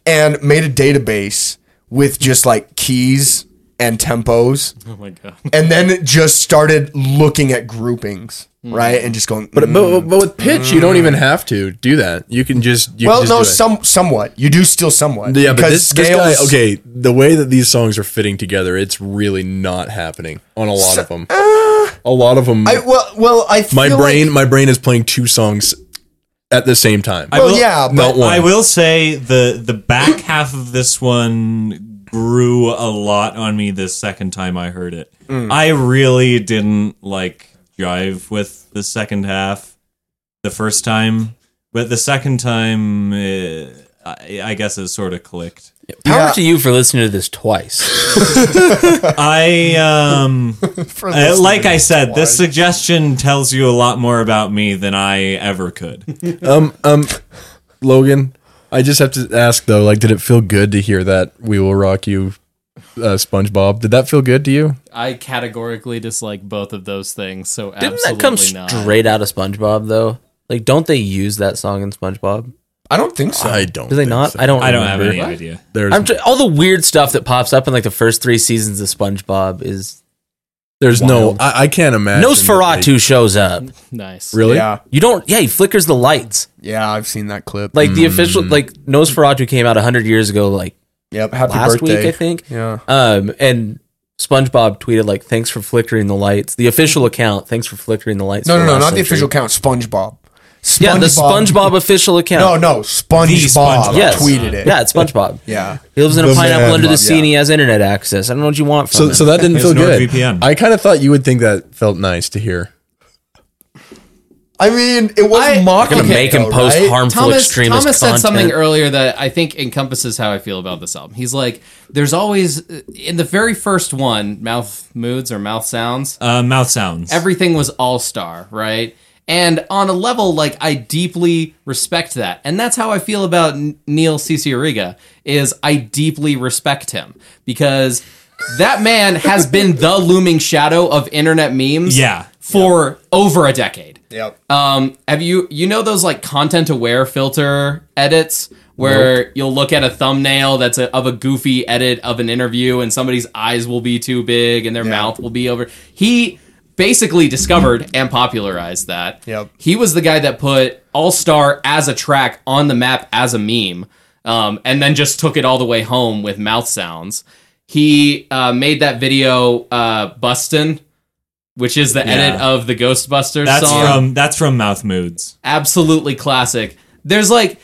S2: and made a database with just like keys and tempos.
S6: oh my god.
S2: and then it just started looking at groupings,
S6: Hmm.
S2: right? And just going, "Mm, but,
S3: But, but with pitch, you don't even have to do that. You can just you
S2: well,
S3: can just
S2: no,
S3: do it.
S2: some somewhat. You do still somewhat,
S3: Yeah, but
S2: because
S3: this, this guy, okay, the way that these songs are fitting together, it's really not happening on a lot of them. a lot of them.
S2: I, well, well, I feel
S3: my
S2: like-
S3: brain, my brain is playing two songs at the same time.
S4: I
S2: well,
S4: will-
S2: yeah, but
S3: not one.
S4: I will say the the back half of this one grew a lot on me the second time I heard it.
S2: Mm.
S4: I really didn't like jive with the second half the first time, but the second time eh, I, I guess it sort of clicked.
S5: Power
S2: Yeah.
S5: to you for listening to this twice.
S4: I um
S2: for
S4: Uh,
S2: listening
S4: like
S2: to
S4: I
S2: this
S4: said,
S2: one.
S4: this suggestion tells you a lot more about me than I ever could.
S3: um, um, Logan, I just have to ask though, like, did it feel good to hear that "We Will Rock You" uh, SpongeBob? Did that feel good to you?
S6: I categorically dislike both of those things. So
S5: Didn't that come
S6: absolutely not.
S5: straight out of SpongeBob though? Like, don't they use that song in SpongeBob?
S2: I don't think so.
S3: I don't.
S5: Do they
S3: think
S5: not?
S3: so.
S5: I don't.
S4: I don't have
S5: remember.
S4: any idea.
S3: There's,
S5: I'm tr- all the weird stuff that pops up in like the first three seasons of SpongeBob is
S3: there's
S5: wild.
S3: no. I, I can't imagine. that
S5: Nosferatu shows up.
S6: Nice.
S3: they- Really?
S2: Yeah,
S5: You don't. Yeah, he flickers the lights.
S2: yeah, I've seen that clip.
S5: Like the
S2: Mm.
S5: official, like Nosferatu came out hundred years ago, like
S2: yep, happy
S5: last
S2: birthday.
S5: week, I think.
S2: Yeah.
S5: Um, and SpongeBob tweeted like, "Thanks for flickering the lights." The official account, "Thanks for flickering the lights."
S2: No,
S5: for
S2: no, no,
S5: last
S2: not the
S5: century."
S2: official account. SpongeBob. SpongeBob.
S5: Yeah, the SpongeBob official
S2: No,
S5: account.
S2: no, SpongeBob,
S4: SpongeBob.
S5: yes,
S2: tweeted it.
S5: Yeah, it's SpongeBob.
S2: yeah.
S5: He lives in a
S3: The
S5: pineapple
S3: man
S5: under the
S2: Bob,
S5: sea and he has internet access. I don't know what you want from
S3: So,
S5: him.
S3: so that didn't
S4: He has
S3: feel good.
S4: NordVPN.
S3: I kind of thought you would think that felt nice to hear.
S2: I mean, it was
S6: I-
S2: mocking.
S5: gonna
S6: Okay,
S5: make him
S2: though,
S5: post
S2: right?
S5: harmful
S6: Thomas,
S5: extremist
S6: Thomas said
S5: content.
S6: something earlier that I think encompasses how I feel about this album. He's like, there's always, in the very first one, mouth moods or mouth sounds,
S4: Uh, mouth sounds.
S6: everything was all star, right? And on a level, like I deeply respect that, and that's how I feel about N- Neil Cicierega. Is I deeply respect him because That man has been the looming shadow of internet memes
S4: Yeah.
S6: for over a decade.
S2: Yep.
S6: Um, have you you know those like content aware filter edits where you'll look at a thumbnail that's a, of a goofy edit of an interview and somebody's eyes will be too big and their mouth will be over. He basically discovered and popularized that.
S2: Yep.
S6: He was the guy that put All Star as a track on the map as a meme, um, and then just took it all the way home with mouth sounds. He uh, made that video uh, Bustin', which is the edit
S4: Yeah.
S6: of the Ghostbusters
S4: That's
S6: song
S4: from that's from Mouth Moods.
S6: absolutely classic. There's like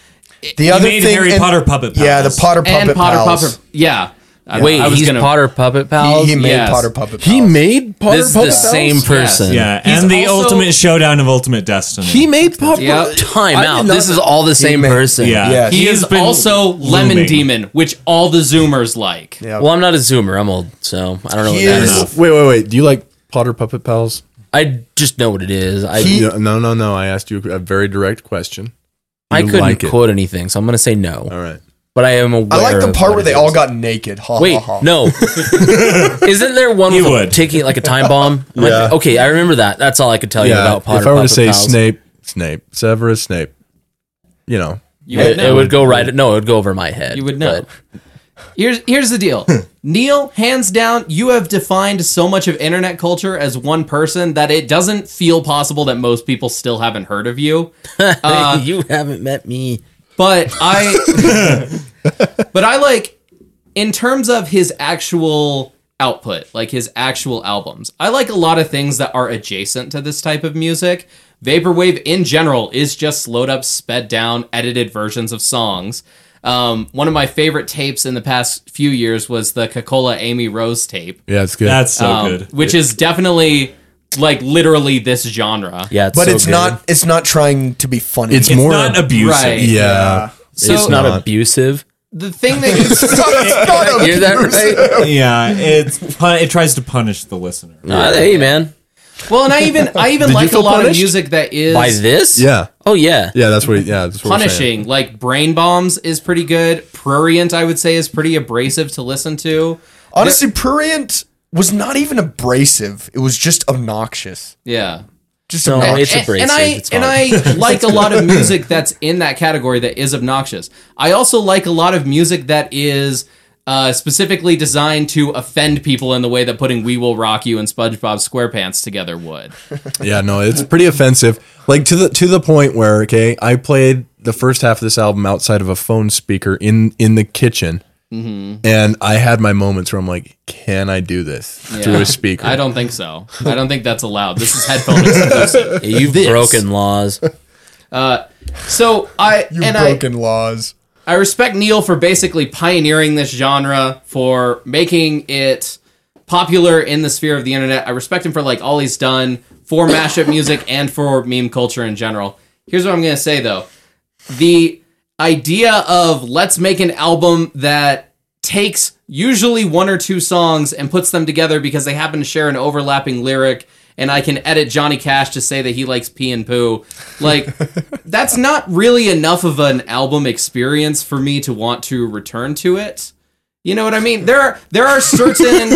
S2: The other
S4: made
S2: thing,
S4: Harry
S2: and-
S4: Potter puppet
S2: Yeah, the
S4: pals.
S2: Potter puppet
S6: and Potter
S2: pals.
S6: Pupper. Yeah. I-
S5: Wait,
S6: I was
S5: he's
S6: gonna,
S5: Potter Puppet Pals.
S2: He, he made
S6: Yes.
S2: Potter puppet.
S3: He
S2: Pals.
S3: made Potter
S5: This is the
S3: Puppet Pals?
S5: same person.
S4: Yeah,
S6: He's
S4: and the
S6: also-
S4: ultimate showdown of ultimate destiny.
S3: He made Potter.
S6: Yeah.
S5: Time
S3: I did
S5: out.
S3: not
S5: This
S3: know-
S5: is all the same
S2: made-
S5: person.
S4: yeah,
S2: Yeah.
S6: He,
S4: has
S6: is
S4: been
S6: also Lemon
S4: looming.
S6: Demon, which all the Zoomers like.
S2: Yeah.
S5: Well, I'm not a zoomer. I'm old, so I don't know what
S2: He
S5: that
S2: is-
S5: is.
S3: Wait, wait, wait. Do you like Potter Puppet Pals?
S5: I just know what it is. I
S2: He-
S3: No, no, no, no. I asked you a very direct question.
S5: I
S3: you
S5: couldn't
S3: like it.
S5: quote anything, so I'm gonna say no.
S3: All right.
S5: But I am aware.
S2: I like the
S5: of
S2: part
S5: what
S2: where
S5: it
S2: they all
S5: is.
S2: got naked. Ha,
S5: Wait,
S2: ha, ha.
S5: no. Isn't there one
S4: You
S5: with a
S4: would.
S5: ticking like a time bomb? I'm like,
S3: Yeah.
S5: okay, I remember that. That's all I could tell you
S3: Yeah.
S5: about Potter.
S3: if I were to
S5: Puppet
S3: say
S5: Pals.
S3: Snape, Snape, Severus Snape, you know,
S6: You would
S5: it,
S6: know.
S5: it would go right. No, it would go over my head.
S6: You would know.
S5: but-
S6: Here's here's the deal. Neil, hands down, you have defined so much of internet culture as one person that it doesn't feel possible that most people still haven't heard of you.
S5: you haven't met me.
S6: But I but I like in terms of his actual output, like his actual albums. I like a lot of things that are adjacent to this type of music. Vaporwave in general is just slowed up, sped down, edited versions of songs. Um, one of my favorite tapes in the past few years was the Coca-Cola Amy Rose tape,
S3: yeah, it's good.
S4: That's so
S6: um,
S4: good.
S6: which is definitely like literally this genre.
S5: Yeah, it's
S2: but
S5: so
S2: it's
S5: good.
S2: not. It's not trying to be funny.
S3: It's,
S4: It's
S3: more.
S4: not abusive.
S6: Right.
S3: yeah.
S6: So
S5: it's not, abusive.
S6: the thing that
S2: not
S5: Hear that right?
S4: Yeah, it's pun- it tries to punish the listener.
S5: Uh, hey, man.
S6: well, and I even I even
S3: you
S6: like a
S3: feel
S6: lot of
S3: punished?
S6: music that is
S5: By this?
S3: Yeah.
S5: Oh yeah.
S3: Yeah. That's what. Yeah. That's what we're saying.
S6: punishing. Like brain bombs is pretty good. Prurient, I would say, is pretty abrasive to listen to.
S2: Honestly, prurient was not even abrasive. It was just obnoxious.
S6: Yeah.
S2: Just
S5: No,
S2: obnoxious.
S5: it's
S6: A-
S5: abrasive.
S6: And I
S5: it's
S6: and
S5: fine.
S6: I like a lot of music that's in that category that is obnoxious. I also like a lot of music that is uh, specifically designed to offend people in the way that putting "We Will Rock You" and SpongeBob SquarePants together would.
S3: Yeah, no, it's pretty offensive. Like to the to the point where okay, I played the first half of this album outside of a phone speaker in in the kitchen,
S6: Mm-hmm.
S3: and I had my moments where I'm like, can I do this through
S6: Yeah.
S3: a speaker?
S6: I don't think so. I don't think that's allowed. This is headphone exclusive.
S5: Yeah, you've broken laws.
S6: So I
S2: you
S6: and I
S2: broken laws.
S6: I respect Neil for basically pioneering this genre, for making it popular in the sphere of the internet. I respect him for like all he's done for mashup music and for meme culture in general. Here's what I'm gonna say though. The idea of let's make an album that takes usually one or two songs and puts them together because they happen to share an overlapping lyric and I can edit Johnny Cash to say that he likes pee and poo. Like that's not really enough of an album experience for me to want to return to it. You know what I mean? There are there are certain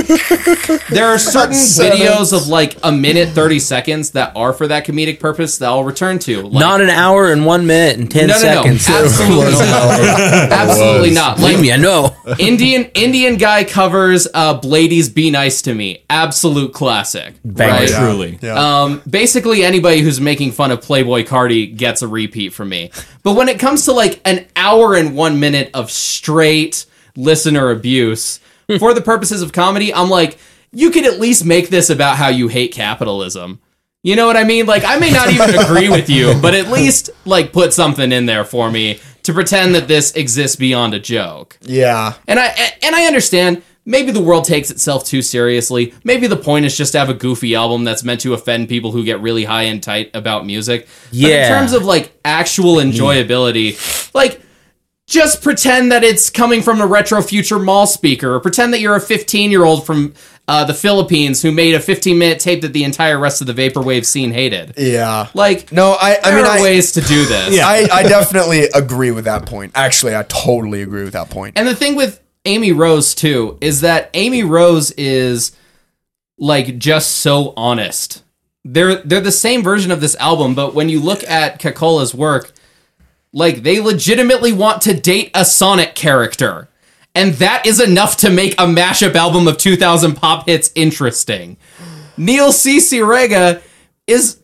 S6: there are certain videos of like a minute 30 seconds that are for that comedic purpose that I'll return to. Like,
S5: not an hour and one minute and ten
S6: no, no, no,
S5: seconds.
S6: absolutely not, absolutely not.
S5: Believe
S6: Like
S5: me, I know.
S6: Indian Indian guy covers uh, Blady's "Be Nice to Me," absolute classic.
S5: Banger.
S6: Right?
S4: Truly,
S6: Um, basically, anybody who's making fun of Playboy Cardi gets a repeat from me. But when it comes to like an hour and one minute of straight listener abuse for the purposes of comedy, I'm like, you could at least make this about how you hate capitalism. You know what I mean? Like, I may not even agree with you, but at least like put something in there for me to pretend that this exists beyond a joke.
S2: Yeah.
S6: And I and I understand maybe the world takes itself too seriously. Maybe the point is just to have a goofy album that's meant to offend people who get really high and tight about music. But
S5: Yeah.
S6: in terms of like actual
S2: Mm.
S6: enjoyability, like just pretend that it's coming from a retro future mall speaker or pretend that you're a 15 year old from uh, the Philippines who made a 15 minute tape that the entire rest of the vaporwave scene hated.
S2: Yeah.
S6: Like
S2: No, I. I
S6: there
S2: mean,
S6: are
S2: I.
S6: ways to do this.
S2: I, I definitely agree with that point. Actually, I totally agree with that point.
S6: And the thing with Amy Rose too is that Amy Rose is like just so honest. They're they're the same version of this album, but when you look at Kakola's work, like they legitimately want to date a Sonic character. And that is enough to make a mashup album of 2000 pop hits interesting. Neil C. Rega is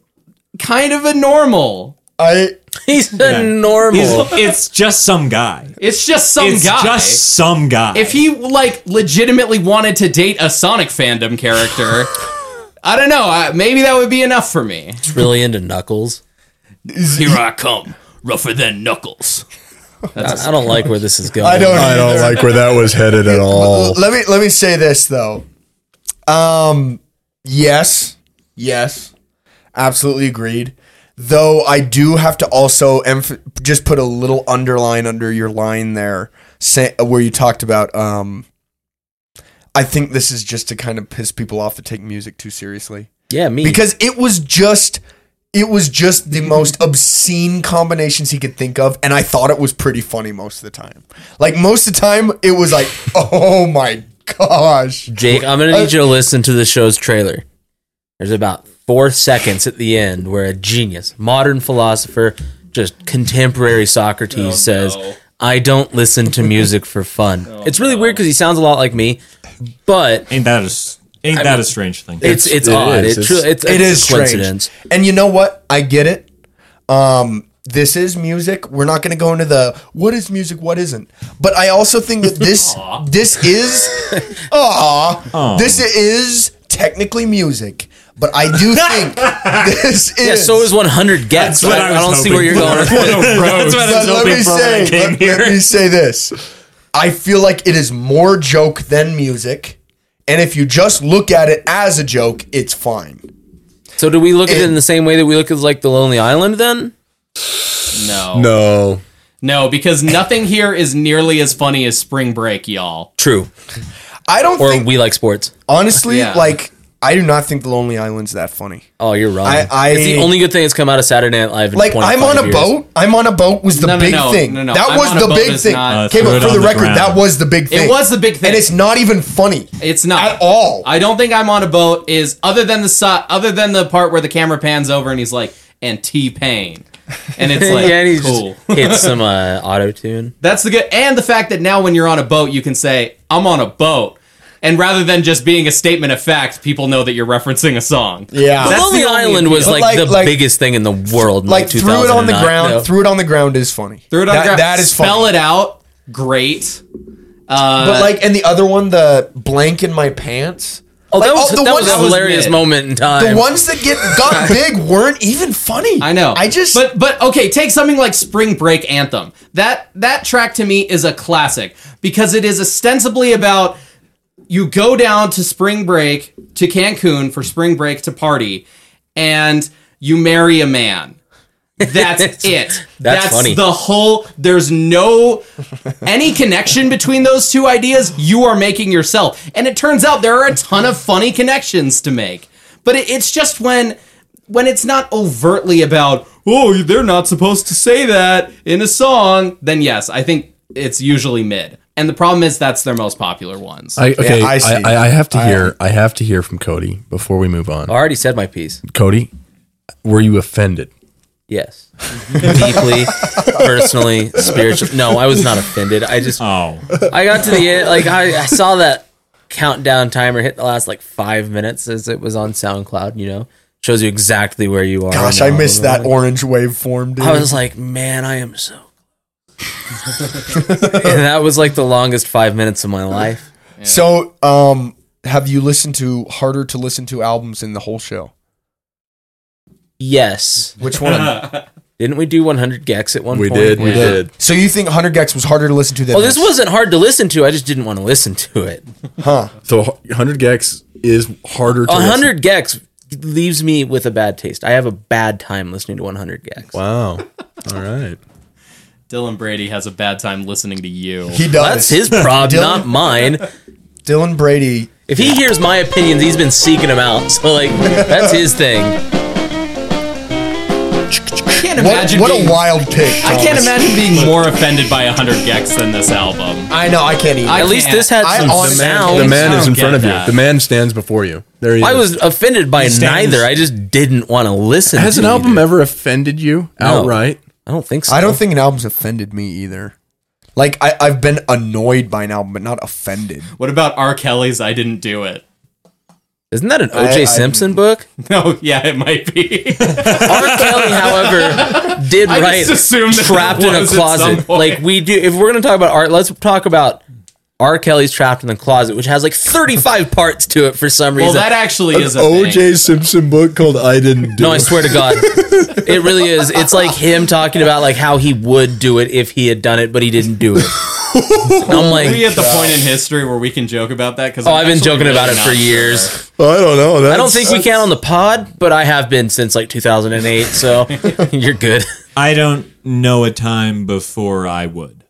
S6: kind of a normal.
S2: I
S5: He's a normal.
S4: He's- it's just some guy.
S6: It's just some
S4: It's
S6: guy.
S4: just some guy.
S6: if he like legitimately wanted to date a Sonic fandom character, I don't know. I, maybe that would be enough for me.
S5: He's really into Knuckles.
S6: Here I come, rougher than Knuckles.
S5: I, I don't like where this is going.
S2: I don't
S3: I don't like where that was headed at all.
S2: Let me let me say this though. Um yes. Yes. Absolutely agreed. Though I do have to also emph- just put a little underline under your line there say, where you talked about um I think this is just to kind of piss people off that take music too seriously
S5: Yeah, me.
S2: because it was just it was just the most obscene combinations he could think of and i thought it was pretty funny most of the time like most of the time it was like oh my gosh
S5: Jake, I'm gonna need you to listen to the show's trailer. There's about four seconds at the end where a genius, modern philosopher, just contemporary Socrates says, "I don't listen to music for fun." it's really weird because he sounds a lot like me, but
S4: ain't that a s- ain't that a strange thing?
S5: it's it's,
S3: it
S5: odd.
S3: is.
S5: It tru- it's,
S2: it
S5: it's
S2: is
S5: a coincidence.
S2: strange and you know what i get it um this is music we're not going to go into the what is music what isn't but i also think that this this is aw,
S5: Oh.
S2: this is technically music but i do think this is
S5: Yeah, so is 100 guests.
S4: what
S5: I,
S4: I
S5: I don't
S4: was
S5: see where you're
S4: hoping
S5: going. with
S4: That's
S5: it.
S4: what I was
S2: But let
S4: hoping
S2: me
S4: for when I
S2: say,
S4: came
S2: let,
S4: here.
S2: let me say this. I feel like it is more joke than music, and if you just look at it as a joke, it's fine.
S5: So do we look at it in the same way that we look at like the Lonely Island? Then
S6: No, no,
S3: No.
S6: because nothing here is nearly as funny as Spring Break, y'all.
S5: true,
S2: I don't
S5: or
S2: think,
S5: we like sports.
S2: honestly,
S6: Yeah.
S2: like I do not think the Lonely Island's that funny.
S5: Oh, you're wrong.
S2: I- I-
S5: it's the only good thing that's come out of Saturday Night Live. In
S2: Like I'm
S5: 25
S2: on a
S5: years.
S2: boat. I'm on a boat was the
S6: No, no,
S2: big
S6: no,
S2: thing.
S6: no, no.
S2: That
S6: I'm on
S2: was
S6: a
S2: the
S6: boat
S2: big
S6: is
S2: thing.
S6: not-
S2: okay,
S4: Threw
S2: but
S4: it
S2: for
S4: on
S2: the
S4: the
S2: record,
S4: ground.
S2: that was the big thing.
S6: It was the big thing.
S2: and it's not even funny.
S6: It's not
S2: At all.
S6: I don't think I'm on a boat. Is other than the so- other than the part where the camera pans over and he's like, and T Pain, and it's like,
S5: yeah, and he's
S6: cool.
S5: just hits some uh, auto tune.
S6: That's the good, and the fact that now when you're on a boat, you can say, "I'm on a boat," and rather than just being a statement of fact, people know that you're referencing a song.
S2: yeah.
S5: The
S6: That's
S5: Lonely
S6: the only
S5: Island was
S2: appeal.
S5: like,
S2: But
S5: the
S2: like- like-
S5: biggest thing in the world. in,
S2: Like threw it on the
S5: 2009.
S2: ground.
S5: No.
S2: Threw it on the ground is funny.
S6: Throw it on
S2: That-
S6: the ground.
S2: That is funny.
S6: spell it out. Great. Uh,
S2: But like, and the other one, the blank in my pants.
S5: oh,
S2: Like,
S5: that was,
S2: oh, the
S5: that
S2: ones-
S5: was a
S2: that was
S5: hilarious
S6: mid.
S5: moment in time.
S2: The ones that get got big weren't even funny.
S6: I know.
S2: I just
S6: But but okay, take something like Spring Break Anthem. That that track to me is a classic because it is ostensibly about you go down to spring break to Cancun for spring break to party and you marry a man. That's it.
S5: That's funny.
S6: the whole there's no any connection between those two ideas you are making yourself. And it turns out there are a ton of funny connections to make. But it, it's just when when it's not overtly about oh they're not supposed to say that in a song, then yes, I think it's usually mid. And the problem is that's their most popular ones.
S3: I, okay,
S2: Yeah, I
S3: I,
S2: see.
S3: I, I have to hear. I have to hear from Cody before we move on.
S5: I already said my piece.
S3: Cody, were you offended?
S5: Yes, deeply, personally, spiritually. No, I was not offended. I just
S4: Oh,
S5: I got to the end. Like I, I saw that countdown timer hit the last like five minutes as it was on SoundCloud. You know, shows you exactly where you are.
S2: gosh,
S5: on
S2: I
S5: the
S2: missed
S5: album.
S2: that orange waveform, dude.
S5: I was like, man, I am so. and that was like the longest five minutes of my life.
S2: so, um, have you listened to harder to listen to albums in the whole show?
S5: Yes.
S2: Which one?
S5: Didn't we do 100 gex at one
S3: We
S5: point?
S3: did. We did.
S2: so you think 100 Gex was harder to listen to than?
S5: Well, Oh, this wasn't hard to listen to. I just didn't want to listen to it.
S2: huh?
S3: So 100 gex is harder to listen-
S5: 100 gex leaves me with a bad taste. I have a bad time listening to 100 gex.
S3: Wow. All right.
S6: Dylan Brady has a bad time listening to you.
S2: He does.
S5: That's his problem, not mine.
S2: Dylan Brady.
S5: If he hears my opinions, he's been seeking them out. So, like, that's his thing.
S2: What,
S6: can't imagine.
S2: what
S6: being,
S2: a wild pick.
S6: I
S2: Thomas.
S6: can't imagine being more offended by 100 Gex than this album.
S2: I know. I can't even.
S6: I-
S5: At least
S6: can't.
S5: this had
S2: I
S5: some
S2: honestly
S5: sound.
S3: The man
S6: I
S3: is
S6: don't
S3: in
S6: get
S3: front of
S6: that.
S3: you. The man stands before you. There he
S5: I
S3: is.
S5: was offended by
S4: stands-
S5: neither. I just didn't want to listen.
S3: Has
S5: to
S3: an album
S5: either.
S3: ever offended you
S5: No.
S3: outright?
S5: I don't think so.
S2: I don't think an album's offended me either. Like I, I've been annoyed by an album, but not offended.
S6: What about R. Kelly's I Didn't Do It?
S5: Isn't that an
S2: I-
S5: O.J. Simpson book?
S6: No, Oh, yeah, it might be.
S5: R. Kelly, however, did
S6: I
S5: write
S6: just assumed that
S5: "Trapped
S6: it
S5: in a
S6: was at some
S5: Closet."
S6: point.
S5: Like we do, if we're gonna talk about art, let's talk about R. Kelly's "Trapped in the Closet," which has like 35 parts to it for some
S6: well,
S5: reason.
S6: that actually is a thing.
S3: OJ Simpson book called I Didn't Do
S5: no, I
S3: It.
S5: swear to God, it really is. It's like him talking about like how he would do it if he had done it, but he didn't do it. And I'm
S6: Are we
S5: like,
S6: at the point in history where we can joke about that? Because
S5: oh, I've been joking about it for years.
S3: I don't know.
S5: I don't think we can on the pod, but I have been since like 2008. So you're good.
S4: I don't know a time before I would.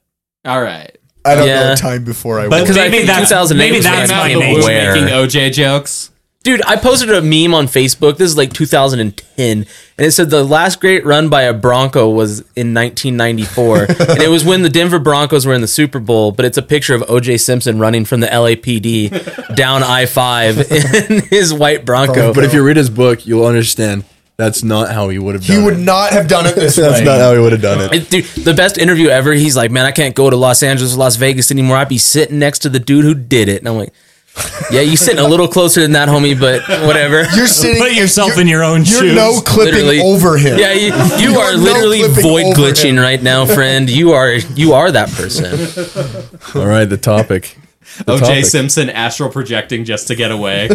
S6: All right.
S2: I don't know
S5: Yeah.
S2: a time before I.
S4: But
S2: was.
S5: Because I
S4: Maybe
S5: think
S4: that's-
S5: 2008
S4: maybe
S5: was when
S4: that's
S5: I
S4: my
S5: became
S4: age
S5: aware.
S6: making OJ jokes.
S5: Dude, I posted a meme on Facebook. This is like 2010, and it said the last great run by a Bronco was in 1994, and it was when the Denver Broncos were in the Super Bowl. But it's a picture of O.J. Simpson running from the LAPD down I-5 in his white Bronco.
S3: But if you read his book, you'll understand that's not how he would have done
S2: he
S3: it.
S2: would not have done it this
S3: That's
S2: way.
S3: not how he would have done it.
S5: It- dude, the best interview ever. He's like, man, I can't go to Los Angeles or Las Vegas anymore. I'd be sitting next to the dude who did it, and I'm like, yeah, you sitting a little closer than that, homie, but whatever.
S2: You're sitting.
S4: Put yourself
S2: you're-
S4: in your own
S2: You're
S4: shoes.
S2: no clipping
S5: Literally.
S2: over him.
S5: Yeah, you, you,
S2: You
S5: are,
S2: are no
S5: literally
S2: clipping
S5: void
S2: over
S5: glitching
S2: him.
S5: right now, friend. You are you are that person.
S3: All right, the topic. The
S6: OJ
S3: topic.
S6: Simpson astral projecting just to get away.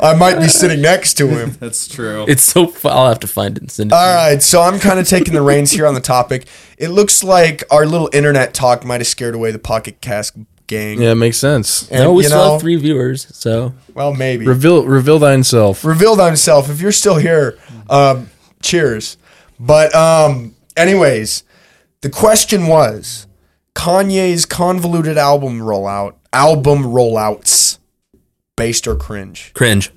S2: I might be sitting next to him.
S6: That's true.
S5: It's so fu- I'll have to find it and send it. to
S2: All right, so I'm kind of taking the reins here on the topic. It looks like our little internet talk might have scared away the Pocket Cast gang.
S3: Yeah, it makes sense.
S5: you. no, we
S2: you
S5: still
S2: know-
S5: have three viewers, so
S2: Well, maybe.
S3: Reveal, reveal thyself.
S2: Reveal thyself if you're still here. Um, cheers. But, um, anyways, the question was Kanye's convoluted album rollout, album rollouts, based or cringe?
S5: cringe.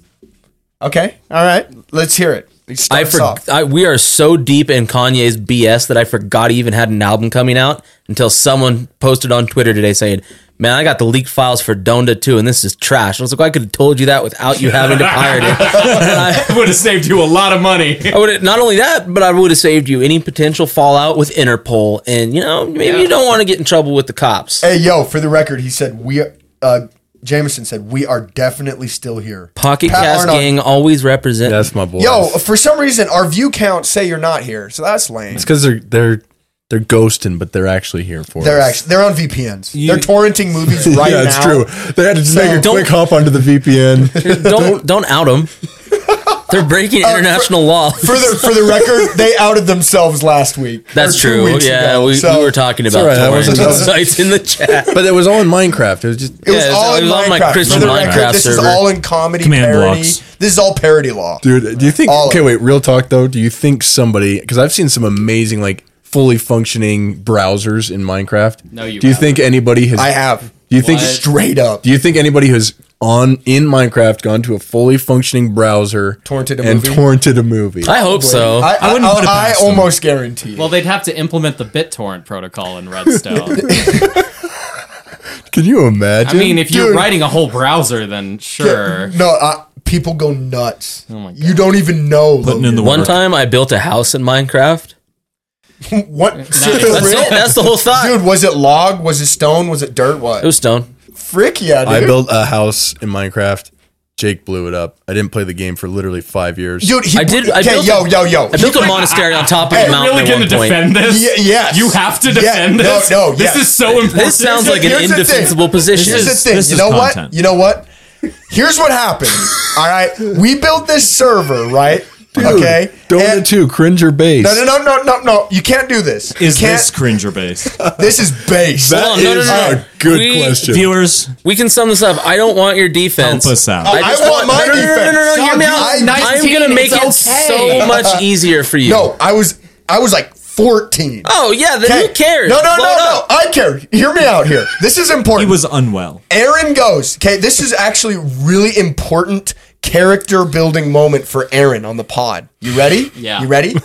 S2: Okay, all right, let's hear it. Start
S5: I,
S2: us off.
S5: for, I we are so deep in Kanye's BS that I forgot he even had an album coming out until someone posted on Twitter today saying, "Man, I got the leaked files for Donda 2 and this is trash." I was like, "I could have told you that without you having to pirate it." And I-
S6: would have saved you a lot of money.
S5: I would not only that, but I would have saved you any potential fallout with Interpol, and you know maybe you don't want to get in trouble with the cops.
S2: Hey, yo, for the record, he said, we are, uh, Jameson said, we are definitely still here.
S5: Pocket
S2: Pat
S5: Cast
S2: Arnott-
S5: Gang always represent.
S3: That's my boy.
S2: Yo, for some reason, our view counts say you're not here, so that's lame.
S3: it's because they're they're they're ghosting, but they're actually here for
S2: They're
S3: us.
S2: actually they're on VPNs. they're torrenting movies right
S3: yeah,
S2: now.
S3: it's true. They had to just make a
S5: Don't-
S3: quick hop onto the VPN.
S5: don't don't out them. They're breaking
S2: Oh,
S5: international law.
S2: For the for the record, they outed themselves last week.
S5: That's
S2: Or two
S5: true.
S2: weeks
S5: Yeah,
S2: ago.
S5: we,
S2: So
S5: we were talking about
S3: alright, I
S5: torrent
S3: wasn't-
S5: sites in the chat.
S3: but it was all in Minecraft. It was just
S2: It was
S5: Yeah, it's-
S2: all in
S5: it was all my
S2: Minecraft.
S5: Christian
S2: for the
S5: Minecraft
S2: record, this is
S5: server.
S2: all in comedy
S4: Command
S2: parody.
S4: blocks.
S2: This is all parody law.
S3: Dude, do you think?
S2: All of
S3: okay,
S2: it.
S3: wait. Real talk though. Do you think somebody? Because I've seen some amazing, like fully functioning browsers in Minecraft.
S6: No, you
S3: Do you
S6: haven't.
S3: think anybody has?
S2: I have
S3: Do you think?
S6: What?
S2: straight up.
S3: Do you think anybody has on in Minecraft gone to a fully functioning browser
S2: Torrented a
S3: and
S2: movie?
S3: torrented a movie?
S5: I hope so.
S2: I, I,
S4: wouldn't put it
S2: I
S4: past them.
S2: almost guarantee. it.
S6: well, they'd have to implement the BitTorrent protocol in Redstone.
S3: Can you imagine?
S6: I mean, if you're
S2: Dude.
S6: writing a whole browser, then sure.
S2: No, I, people go nuts.
S5: Oh
S6: my God.
S2: You don't even know.
S4: Putting in the
S5: One
S4: work.
S5: time, I built a house in Minecraft.
S2: Logan. what?
S5: That's it. That's the whole thought.
S2: Dude, was it log? Was it stone? Was it dirt? What?
S5: it was stone.
S2: Frick yeah, dude.
S3: I built a house in Minecraft. Jake blew it up. I didn't play the game for literally five years.
S2: Dude, he,
S5: I did- I
S2: okay,
S5: built
S2: yo,
S5: a-
S2: yo, yo.
S5: I built a monastery on top of a
S2: Hey,
S5: mountain.
S6: Really
S5: at
S6: going to
S5: one point.
S6: defend this?
S2: Ye- yes.
S6: You have to
S2: Yeah,
S6: defend
S2: no,
S6: this?
S2: no,
S6: This
S2: yes.
S6: is so important.
S5: This sounds like an
S2: Here's the thing.
S5: indefensible position.
S2: Here's the
S4: is-
S2: thing.
S4: this
S2: you
S4: is
S2: know
S4: content.
S2: what? You know what? Here's what happened. All right, we built this server, right? okay.
S3: Dota
S2: And-
S3: 2, Cringer Base.
S2: no, no, no, no, no, no. You can't do this.
S4: Is
S2: you can't,
S4: this cringer based?
S2: This is base.
S3: That
S5: Hold on, no, no,
S3: is
S5: no, no.
S3: a good
S5: We-
S3: question.
S4: Viewers,
S5: We can sum this up. I don't want your defense.
S4: help us out.
S2: I,
S5: just
S2: want my
S5: no, no, no,
S2: defense.
S5: no, no, no, hear me out.
S2: I-
S5: I'm
S6: 19,
S5: gonna make it
S6: it's okay.
S5: so much easier for you.
S2: No, I was, I was like 14.
S5: Oh yeah, then
S2: Okay.
S5: who cares?
S2: No, no, no,
S5: Blow it
S2: no.
S5: up.
S2: I care. Hear me out here. This is
S4: he
S2: important.
S4: was unwell.
S2: Aaron goes. Okay, this is actually really important character building moment for Aaron on the pod. You ready?
S6: Yeah.
S2: You ready?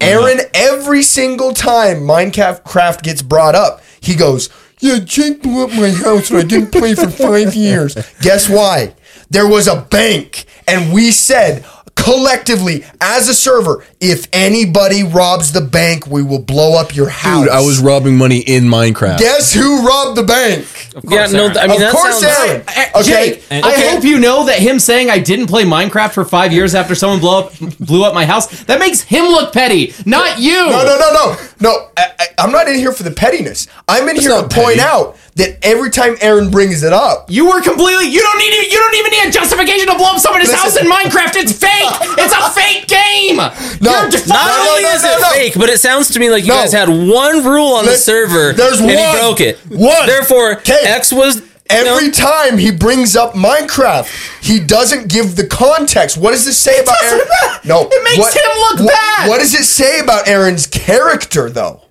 S2: Aaron, every single time Minecraft Craft gets brought up, he goes, Yeah, Jake blew up my house and I didn't play for five years. Guess why? There was a bank, and we said collectively as a server, if anybody robs the bank, we will blow up your house.
S3: Dude, I was robbing money in Minecraft.
S2: Guess who robbed the bank?
S5: yeah, no, I mean,
S2: of
S5: that
S2: course,
S5: sounds,
S2: Aaron.
S6: Uh, Jake, I
S2: Okay.
S6: hope you know that him saying I didn't play Minecraft for five years after someone blow up, blew up my house, that makes him look petty, not you.
S2: No, no, no, no, no. I, I, I'm not in here for the pettiness. I'm in here to
S3: not
S2: point
S3: petty.
S2: out that every time Aaron brings it up,
S6: You were completely. You don't need. to- You don't even need a justification to blow up somebody's
S2: Listen.
S6: house in Minecraft. It's fake. It's a fake game.
S2: No,
S6: You're
S2: not
S5: Not
S2: No, no,
S5: only
S2: no,
S5: is
S2: no,
S5: it
S2: no.
S5: fake, but it sounds to me like you
S2: No.
S5: guys had one rule on the
S2: Let-
S5: server.
S2: there's
S5: and
S2: one.
S5: he broke it.
S2: One.
S5: Therefore,
S2: 'Kay.
S5: X was
S2: every
S5: no.
S2: time he brings up Minecraft, he doesn't give the context. What does this say about Aaron? No,
S6: It makes
S2: What-
S6: him look
S2: what-
S6: bad.
S2: What does it say about Aaron's character, though?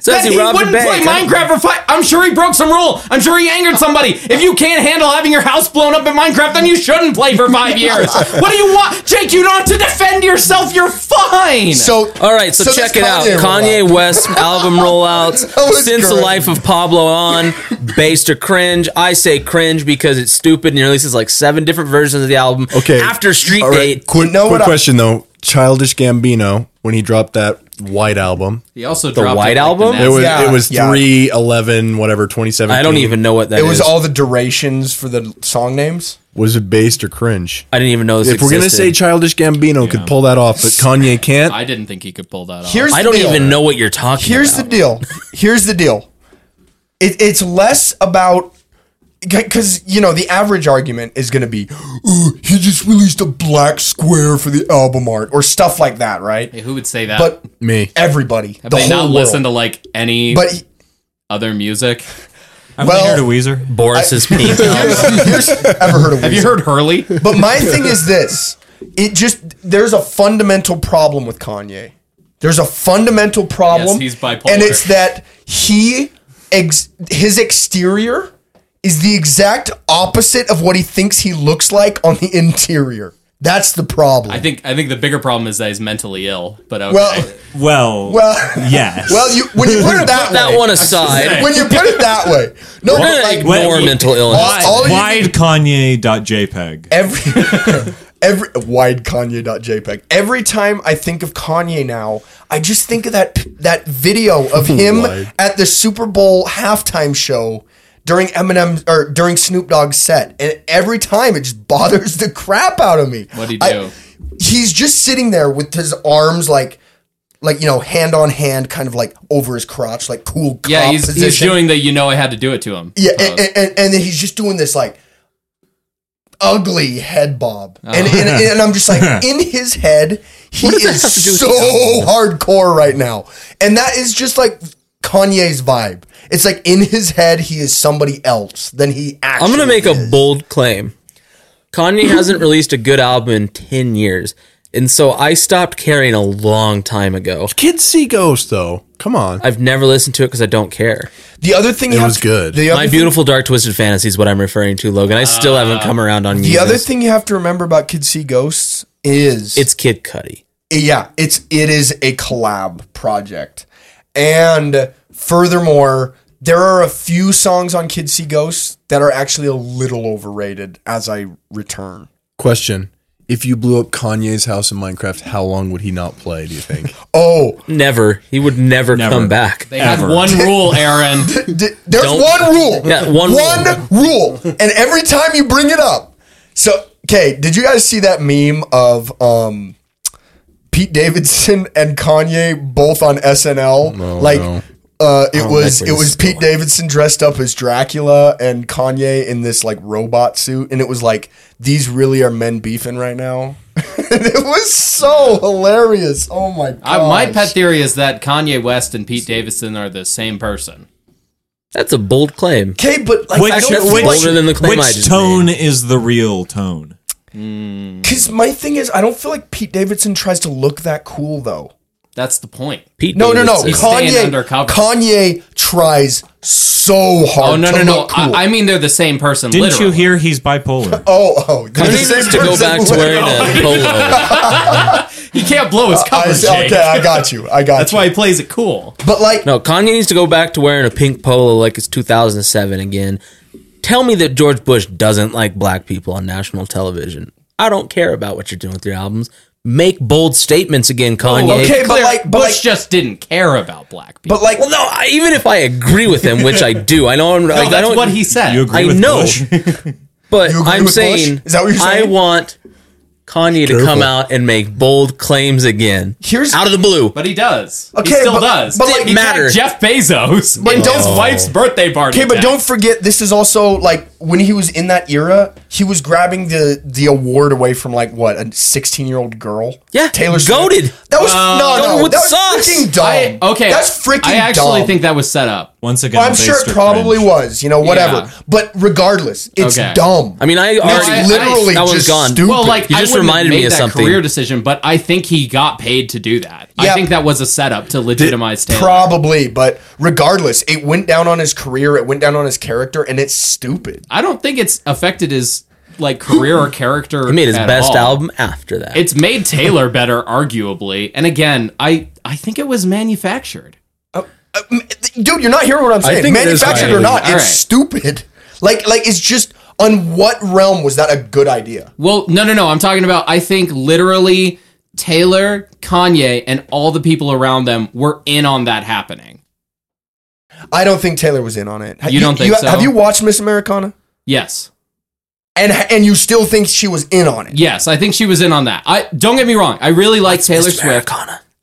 S5: says
S6: That
S5: he
S6: he
S5: robbed a
S6: wouldn't play
S5: bank.
S6: Minecraft for five. I'm sure he broke some rule. I'm sure he angered somebody. If you can't handle having your house blown up in Minecraft, then you shouldn't play for five years. what do you want, Jake? You don't have to defend yourself. You're fine.
S2: So,
S5: All right, so,
S2: this
S5: check it out.
S2: Kanye
S5: Kanye
S2: rollout.
S5: West album rollouts.
S2: That was
S5: Since the
S2: good.
S5: life of Pablo on, based or cringe. I say cringe because it's stupid and he releases like seven different versions of the album.
S3: Okay.
S5: After Street
S3: All right,
S5: Date.
S3: Quick,
S2: You know
S3: quick
S2: what I-
S3: question though. Childish Gambino when he dropped that White album.
S6: he also
S5: dropped White it like Album? the
S3: It was
S2: Yeah,
S3: it was
S2: yeah.
S3: three eleven whatever twenty seven.
S5: I don't even know what that
S2: It was
S5: is.
S2: all the durations for the song names.
S3: was it based or cringe.
S5: I didn't even know this
S3: If we're gonna
S5: existed.
S3: say Childish Gambino could pull that off, but Kanye can't.
S6: I didn't think he could pull that off.
S2: Here's
S5: I
S2: the
S5: don't
S2: deal.
S5: even know what you're talking
S2: Here's
S5: about.
S2: the deal. Here's the deal. It, it's less about because you know the average argument is going to be, "Ooh, he just released a black square for the album art or stuff like that, right?
S6: Who would say that?
S2: But
S3: Me.
S2: everybody, the
S6: they
S2: whole
S6: not
S2: world.
S6: listen to like any
S2: but he-
S6: other music.
S4: I've
S2: Well-
S4: heard of Weezer.
S5: Boris's penis.
S2: here's ever heard of?
S6: Have you
S2: Weezer?
S6: heard Hurley?
S2: But my thing is this: it just there's a fundamental problem with Kanye. There's a fundamental problem.
S6: Yes, he's bipolar.
S2: and it's that he ex- his exterior is the exact opposite of what he thinks he looks like on the interior. That's the problem.
S6: I think I think the bigger problem is that he's mentally ill. But okay.
S2: well,
S4: Well,
S2: well,
S4: yes.
S2: well, you when you put it that,
S5: that
S2: way,
S5: one aside.
S2: when you put it that way, no,
S5: We're
S2: but
S5: gonna
S2: like
S5: ignore
S4: when-
S5: mental illness.
S2: all, all you
S4: Wide Kanye.jpg.
S2: every every wide Kanye.jpg. Every time I think of Kanye now, I just think of that that video of him
S3: Wide.
S2: at the Super Bowl halftime show during Eminem or during Snoop Dogg's set, and every time it just bothers the crap out of me.
S6: What'd he
S2: I-
S6: do?
S2: he's just sitting there with his arms like. Like you know, hand on hand, kind of like over his crotch, like cool. Cop
S6: yeah, he's, he's
S2: position.
S6: doing the you know I had to do it to him.
S2: Yeah,
S5: Uh-huh.
S6: pose.
S2: and, and, and- and then he's just doing this like ugly head bob, and,
S5: Uh-huh.
S2: and and I'm just like in his head, he is so hardcore right now, and that is just like Kanye's vibe. It's like in his head, he is somebody else than he actually.
S5: I'm gonna make a
S2: is.
S5: bold claim. Kanye hasn't released a good album in ten years, and so I stopped caring a long time ago.
S3: Kids see ghosts though. Come on.
S5: I've never listened to it because I don't care.
S2: The other thing
S3: It
S2: you have
S3: was
S2: to-
S3: good.
S2: The other
S5: My
S2: thing-
S5: beautiful dark twisted fantasy is what I'm referring to, Logan. I still haven't come around on
S2: the
S5: you.
S2: other thing you have to remember about Kids See Ghosts is
S5: it's Kid Cudi.
S2: yeah it's it is a collab project and furthermore there are a few songs on kids see ghosts that are actually a little overrated as i return
S3: Question. If you blew up Kanye's house in Minecraft, how long would he not play, do you think?
S2: oh
S5: Never. He would never, come back.
S6: They had one rule, Aaron.
S2: d- there's
S5: Don't-
S2: one rule
S5: Yeah, one
S2: rule and every time you bring it up so okay did you guys see that meme of um Pete Davidson and Kanye both on SNL. like
S3: no.
S2: uh, it was
S5: like
S2: it
S5: where this
S2: was
S5: is
S2: Pete Davidson dressed up as Dracula and Kanye in this like robot suit, and it was like these really are men beefing right now. and it was so hilarious. Oh my god!
S6: I, my pet theory is that Kanye West and Pete Davidson are the same person.
S5: That's a bold claim.
S2: Okay, but like
S4: Which,
S2: I don't
S4: which,
S2: feel like
S5: Bolder than the claim
S4: which
S5: I just
S4: tone is the real tone?
S2: because my thing is I don't feel like Pete Davidson tries to look that cool though.
S6: That's the point.
S5: Pete
S2: No, no, no.
S5: Davidson.
S6: He's staying
S2: Kanye,
S6: undercover.
S2: Kanye tries so hard.
S6: Oh no
S2: to
S6: no no!
S2: look cool.
S6: I, I mean they're the same person.
S4: Didn't
S6: literally.
S4: you hear he's bipolar?
S2: oh, oh.
S5: I
S2: the
S5: need
S2: same
S5: us to go
S2: person
S5: back to
S2: went-
S5: wearing a polo.
S6: He can't blow his
S2: Uh, I
S6: cover.
S2: was-
S6: Jake.
S2: okay, I got you. I got
S6: That's
S2: you.
S6: why he plays it cool.
S2: But like,
S5: No, Kanye needs to go back to wearing a pink polo like it's 2007 again. Tell me that George Bush doesn't like black people on national television. I don't care about what you're doing with your albums. Make bold statements again, Kanye.
S2: Oh, okay, but
S6: Clear-
S2: like, but
S6: Bush
S2: like,
S6: just didn't care about black people.
S2: but like,
S5: Well, no, I, even if I agree with him, which I do, I know I'm. like,
S6: that's
S5: I don't,
S6: what he said.
S4: You agree
S5: I
S4: with
S5: know,
S4: Bush?
S5: but
S2: You agree
S5: I'm
S2: with Bush?
S5: saying,
S2: Is that what you're
S5: I
S2: saying?
S5: want Kanye to come out and make bold claims again.
S2: Here's-
S5: out of the blue.
S6: But he does.
S2: Okay,
S6: he still
S2: but-
S6: does.
S2: but,
S6: He
S5: like-
S6: got
S5: matter.
S6: Jeff Bezos
S2: But
S6: in
S2: don't-
S6: his wife's birthday party.
S2: okay, but
S6: tag.
S2: don't forget, this is also like when he was in that era, he was grabbing the the award away from like what a sixteen year old girl.
S5: Yeah,
S2: Taylor
S5: goated.
S2: Swift. That was no,
S5: Goated
S2: no,
S5: with
S2: that was
S5: sauce.
S2: freaking dumb.
S6: I, okay,
S2: Oh. that's freaking.
S6: I actually
S2: dumb.
S6: think that was set up.
S4: Once again,
S2: I'm
S4: they
S2: sure it
S4: stir
S2: probably
S4: cringe.
S2: was, you know, whatever.
S6: Yeah.
S2: But regardless, it's
S6: Okay.
S2: dumb.
S5: I mean, I already
S6: I-
S2: it's literally
S5: that one's
S2: just
S5: gone.
S2: stupid.
S6: Well, like
S5: You
S6: I
S5: just
S6: wouldn't have
S5: reminded
S6: made
S5: me of
S6: that
S5: something.
S6: career decision, but I think he got paid to do that.
S2: Yeah.
S6: I think that was a setup to legitimize Taylor.
S2: Probably, but regardless, it went down on his career, it went down on his character, and it's stupid.
S6: I don't think it's affected his like career or character.
S5: he made his
S6: at
S5: best
S6: all.
S5: album after that.
S6: It's made Taylor better, arguably. And again, I I think it was manufactured.
S2: Uh, Dude, you're not hearing what I'm saying.
S3: think it is
S2: Manufactured or
S3: right.
S2: not, it's
S6: All right.
S2: stupid. Like, like it's just on what realm was that a good idea?
S6: Well, no, no, no. I'm talking about. I think literally Taylor, Kanye, and all the people around them were in on that happening.
S2: I don't think Taylor was in on it. Ha-
S6: You don't think so?
S2: Have you watched Miss Americana?
S6: Yes,
S2: And and you still think she was in on it?
S6: yes. I think she was in on that. I don't get me wrong. I really like Taylor Swift.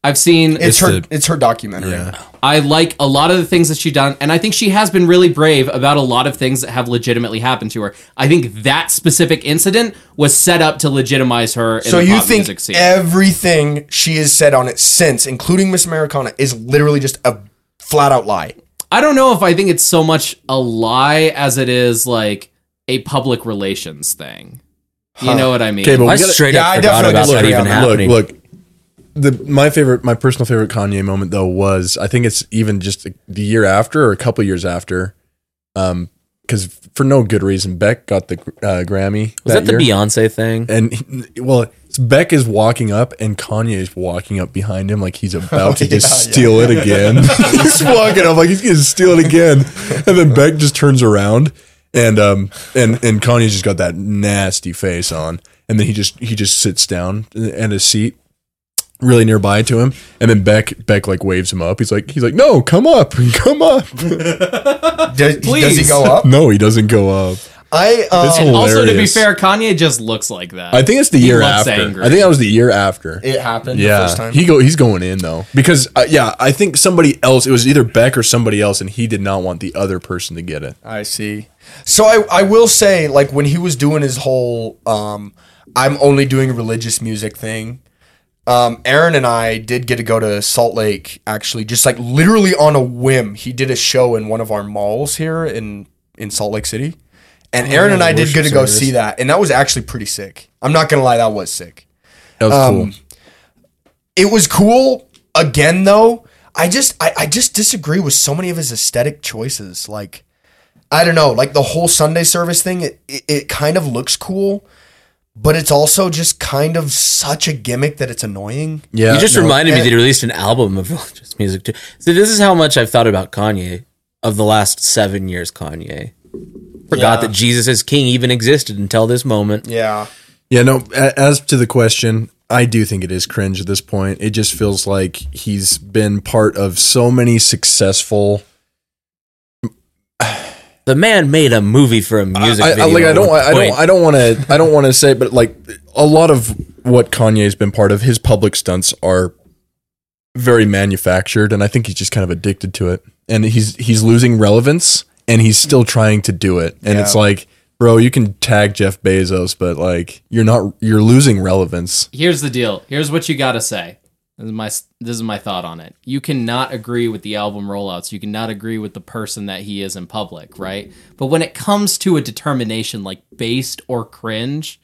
S6: I've seen.
S2: It's,
S3: It's
S2: her.
S3: the-
S2: it's her documentary.
S6: I like a lot of the things that she done, and I think she has been really brave about a lot of things that have legitimately happened to her. I think that specific incident was set up to legitimize her. In
S2: So
S6: the
S2: you
S6: pop
S2: think
S6: music scene.
S2: everything she has said on it since, including Miss Americana, is literally just a flat out lie?
S6: I don't know if I think it's so much a lie as it is like a public relations thing. You know what I mean?
S3: Okay, but we
S5: I
S3: gotta-
S5: straight
S2: yeah, I
S5: up forgot
S2: definitely
S5: about
S2: look,
S5: that even
S2: yeah,
S5: happening.
S3: Look, look. The, my favorite, my personal favorite Kanye moment though was I think it's even just the year after or a couple years
S5: Mm-hmm.
S3: after, um, because for no good reason, Beck got the uh, Grammy.
S5: was that, the
S3: year.
S5: Beyonce thing?
S3: And he- well, Beck is walking up, and Kanye is walking up behind him like he's about to just steal it again. he's walking up like he's gonna steal it again, and then Beck just turns around, and um, and and Kanye's just got that nasty face on, and then he just he just sits down in his seat. Really nearby to him, and then Beck Beck like waves him up. He's like he's like, no, come up, come up.
S2: Does, does he
S6: Please.
S2: go up?
S3: No, he doesn't go up.
S2: I
S3: It's
S2: um,
S3: hilarious.
S6: also, to be fair, Kanye just looks like that.
S3: I think it's the
S6: He
S3: year
S6: looks
S3: after.
S6: angry.
S3: I think that was the year after.
S2: it happened
S3: yeah,
S2: the first time.
S3: He go he's going in though because uh, yeah, I think somebody else. It was either Beck or somebody else, and he did not want the other person to get it.
S2: I see. So I, I will say, like when he was doing his whole um I'm only doing religious music thing, um, Aaron and I did get to go to Salt Lake actually, just like literally on a whim. He did a show in one of our malls here in in Salt Lake City. And Aaron and I did
S3: Oh, worship
S2: get to go
S3: service.
S2: see that, and that was actually pretty sick. I'm not gonna lie, that was sick.
S3: That was
S2: Um,
S3: cool.
S2: It was cool. Again, though, I just I, I just disagree with so many of his aesthetic choices. Like, I don't know, like the whole Sunday service thing. It it, it kind of looks cool, but it's also just kind of such a gimmick that it's annoying.
S3: Yeah,
S5: you just
S3: no,
S5: reminded me
S2: and-
S5: that he released an album of religious music too. So this is how much I've thought about Kanye of the last seven years. Kanye forgot that Jesus as King even existed until this moment.
S2: Yeah,
S3: Yeah, no. a- As to the question, I do think it is cringe at this point. It just feels like he's been part of so many successful.
S5: The man made a movie for a music
S3: I, I,
S5: video.
S3: like I don't
S5: at one
S3: I don't
S5: point.
S3: I don't want to I don't want to say, but like a lot of what Kanye's been part of, his public stunts are very manufactured, and I think he's just kind of addicted to it. And he's he's losing relevance, and he's still trying to do it. And it's like, bro, you can tag Jeff Bezos, but like you're not you're losing relevance.
S6: here's the deal. Here's what you got to say. This is my this is my thought on it. You cannot agree with the album rollouts. You cannot agree with the person that he is in public, right? But when it comes to a determination like based or cringe,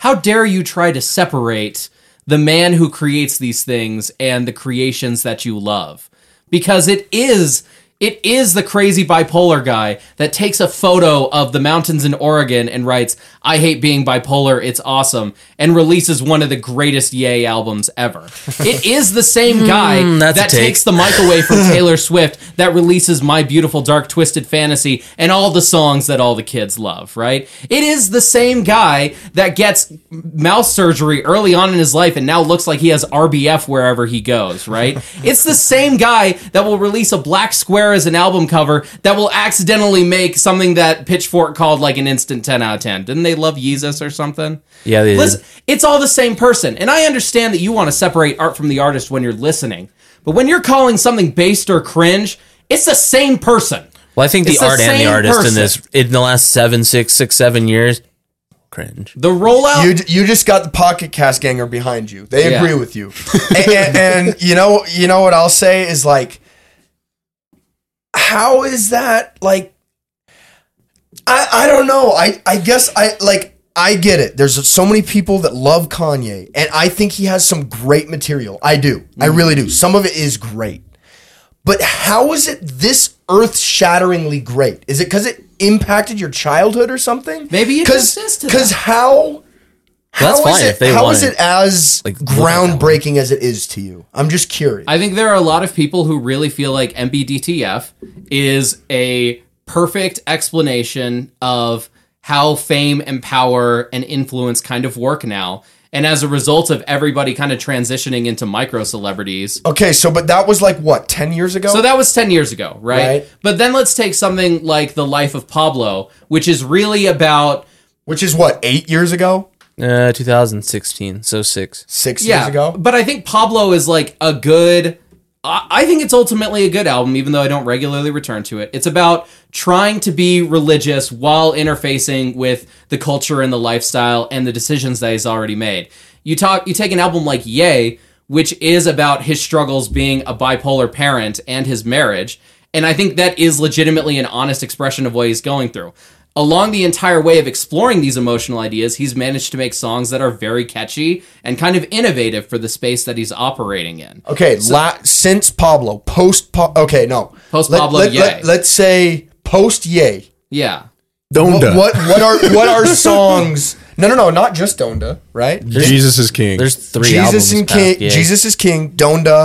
S6: how dare you try to separate the man who creates these things and the creations that you love because it is it is the crazy bipolar guy that takes a photo of the mountains in Oregon and writes I hate being bipolar it's awesome and releases one of the greatest yay albums ever. It is the same guy
S5: Hmm, that's a
S6: that
S5: take.
S6: takes the mic away from Taylor Swift that releases My Beautiful Dark Twisted Fantasy and all the songs that all the kids love, right? It is the same guy that gets mouth surgery early on in his life and now looks like he has RBF wherever he goes, right? it's the same guy that will release a black square as an album cover that will accidentally make something that Pitchfork called like an instant 10 out of 10. Didn't they love Yeezus or something?
S5: Yeah, they did.
S6: Listen, it's all the same person. And I understand that you want to separate art from the artist when you're listening. But when you're calling something based or cringe, it's the same person.
S5: Well, I think the
S6: It's the
S5: art and the
S6: same
S5: artist in
S6: person.
S5: this in the last seven, six, six, seven years, cringe.
S6: The rollout.
S2: You, you just got the pocket cast ganger behind you. They
S6: Yeah.
S2: agree with you. and, and- and you know you know what I'll say is like how is that like I I don't know. I I guess I like I get it. There's so many people that love Kanye and I think he has some great material. I do. I
S6: Mm-hmm.
S2: really do. Some of it is great. But how is it this earth-shatteringly great? Is it cuz it impacted your childhood or something?
S6: Maybe it
S2: cuz
S6: just is to
S2: cuz how how
S5: That's
S2: is
S5: fine
S2: it-
S5: if they
S2: how
S5: want
S2: is
S5: it.
S2: it as
S5: Like, look at that
S2: groundbreaking as it is to you? I'm just curious.
S6: I think there are a lot of people who really feel like MBDTF is a perfect explanation of how fame and power and influence kind of work now. And as a result of everybody kind of transitioning into micro celebrities,
S2: okay, so but that was like what ten years ago.
S6: So that was 10 years ago, right?
S2: Oh. Right.
S6: But then let's take something like The Life of Pablo, which is really about
S2: which is what eight years ago,
S5: Uh, 2016, so six.
S2: six
S6: yeah,
S2: years ago.
S6: but I think Pablo is like a good I I think it's ultimately a good album, even though I don't regularly return to it. It's about trying to be religious while interfacing with the culture and the lifestyle and the decisions that he's already made. You talk, you take an album like Yay, which is about his struggles being a bipolar parent and his marriage, and I think that is legitimately an honest expression of what he's going through. Along the entire way of exploring these emotional ideas, he's managed to make songs that are very catchy and kind of innovative for the space that he's operating in.
S2: Okay, la- since Pablo, post. Pa- okay, no,
S6: Post Pablo,
S2: Let,
S6: yay.
S2: us say post Yay.
S6: Yeah.
S3: Donda.
S2: What, what what are what are songs? No, no, no, not just Donda, right?
S3: Jesus is king.
S5: There's three
S2: Jesus
S5: albums.
S2: and
S5: past
S2: King,
S5: Yay.
S2: Jesus is King, Donda,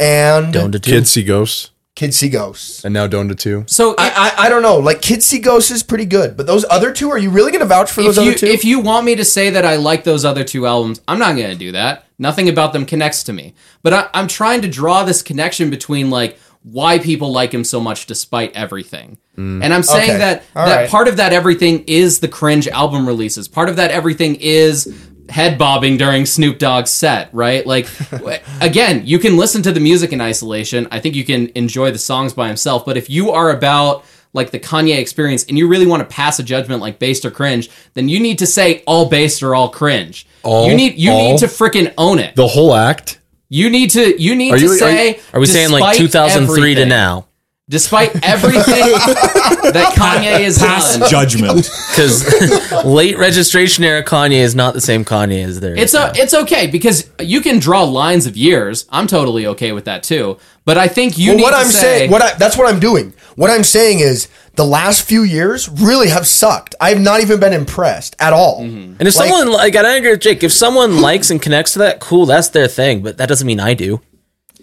S2: and
S5: Donda two.
S3: Kids see ghosts,
S2: Kids See Ghosts.
S3: and now Donda too.
S6: So
S2: I, I, I don't know. Like Kids See Ghosts is pretty good, but those other two, are you really going to vouch for
S6: if
S2: those
S6: you
S2: other two?
S6: if you want me to say that I like those other two albums, I'm not going to do that. Nothing about them connects to me. But I, I'm trying to draw this connection between like why people like him so much despite everything. And I'm saying
S2: Mm. Okay.
S6: that
S2: All
S6: that
S2: right.
S6: part of that everything is the cringe album releases. Part of that everything is head bobbing during Snoop Dogg's set, right? Like w- again, you can listen to the music in isolation. I think you can enjoy the songs by himself, but if you are about like the Kanye experience and you really want to pass a judgment like based or cringe, then you need to say all based or all cringe.
S3: All-
S6: you need you
S3: all?
S6: need to freaking own it.
S3: The whole act.
S6: You need to you need to
S3: you- are you-
S6: say
S5: Are we saying like
S6: despite
S5: 2003 to
S6: everything-
S5: now?
S6: Despite everything that Kanye has
S4: Pass
S6: done.
S4: judgment.
S5: Because late registration era Kanye is not the same Kanye as there.
S6: It's
S5: is.
S6: o it's okay because you can draw lines of years. I'm totally okay with that too. But I think you
S2: well,
S6: need
S2: what
S6: to
S2: I'm
S6: say,
S2: saying, what I, that's what I'm doing. What I'm saying is the last few years really have sucked. I have not even been impressed at all.
S6: Mm-hmm.
S5: and if
S2: like-
S5: someone like I don't agree with Jake. If someone likes and connects to that, cool, that's their thing. But that doesn't mean I do.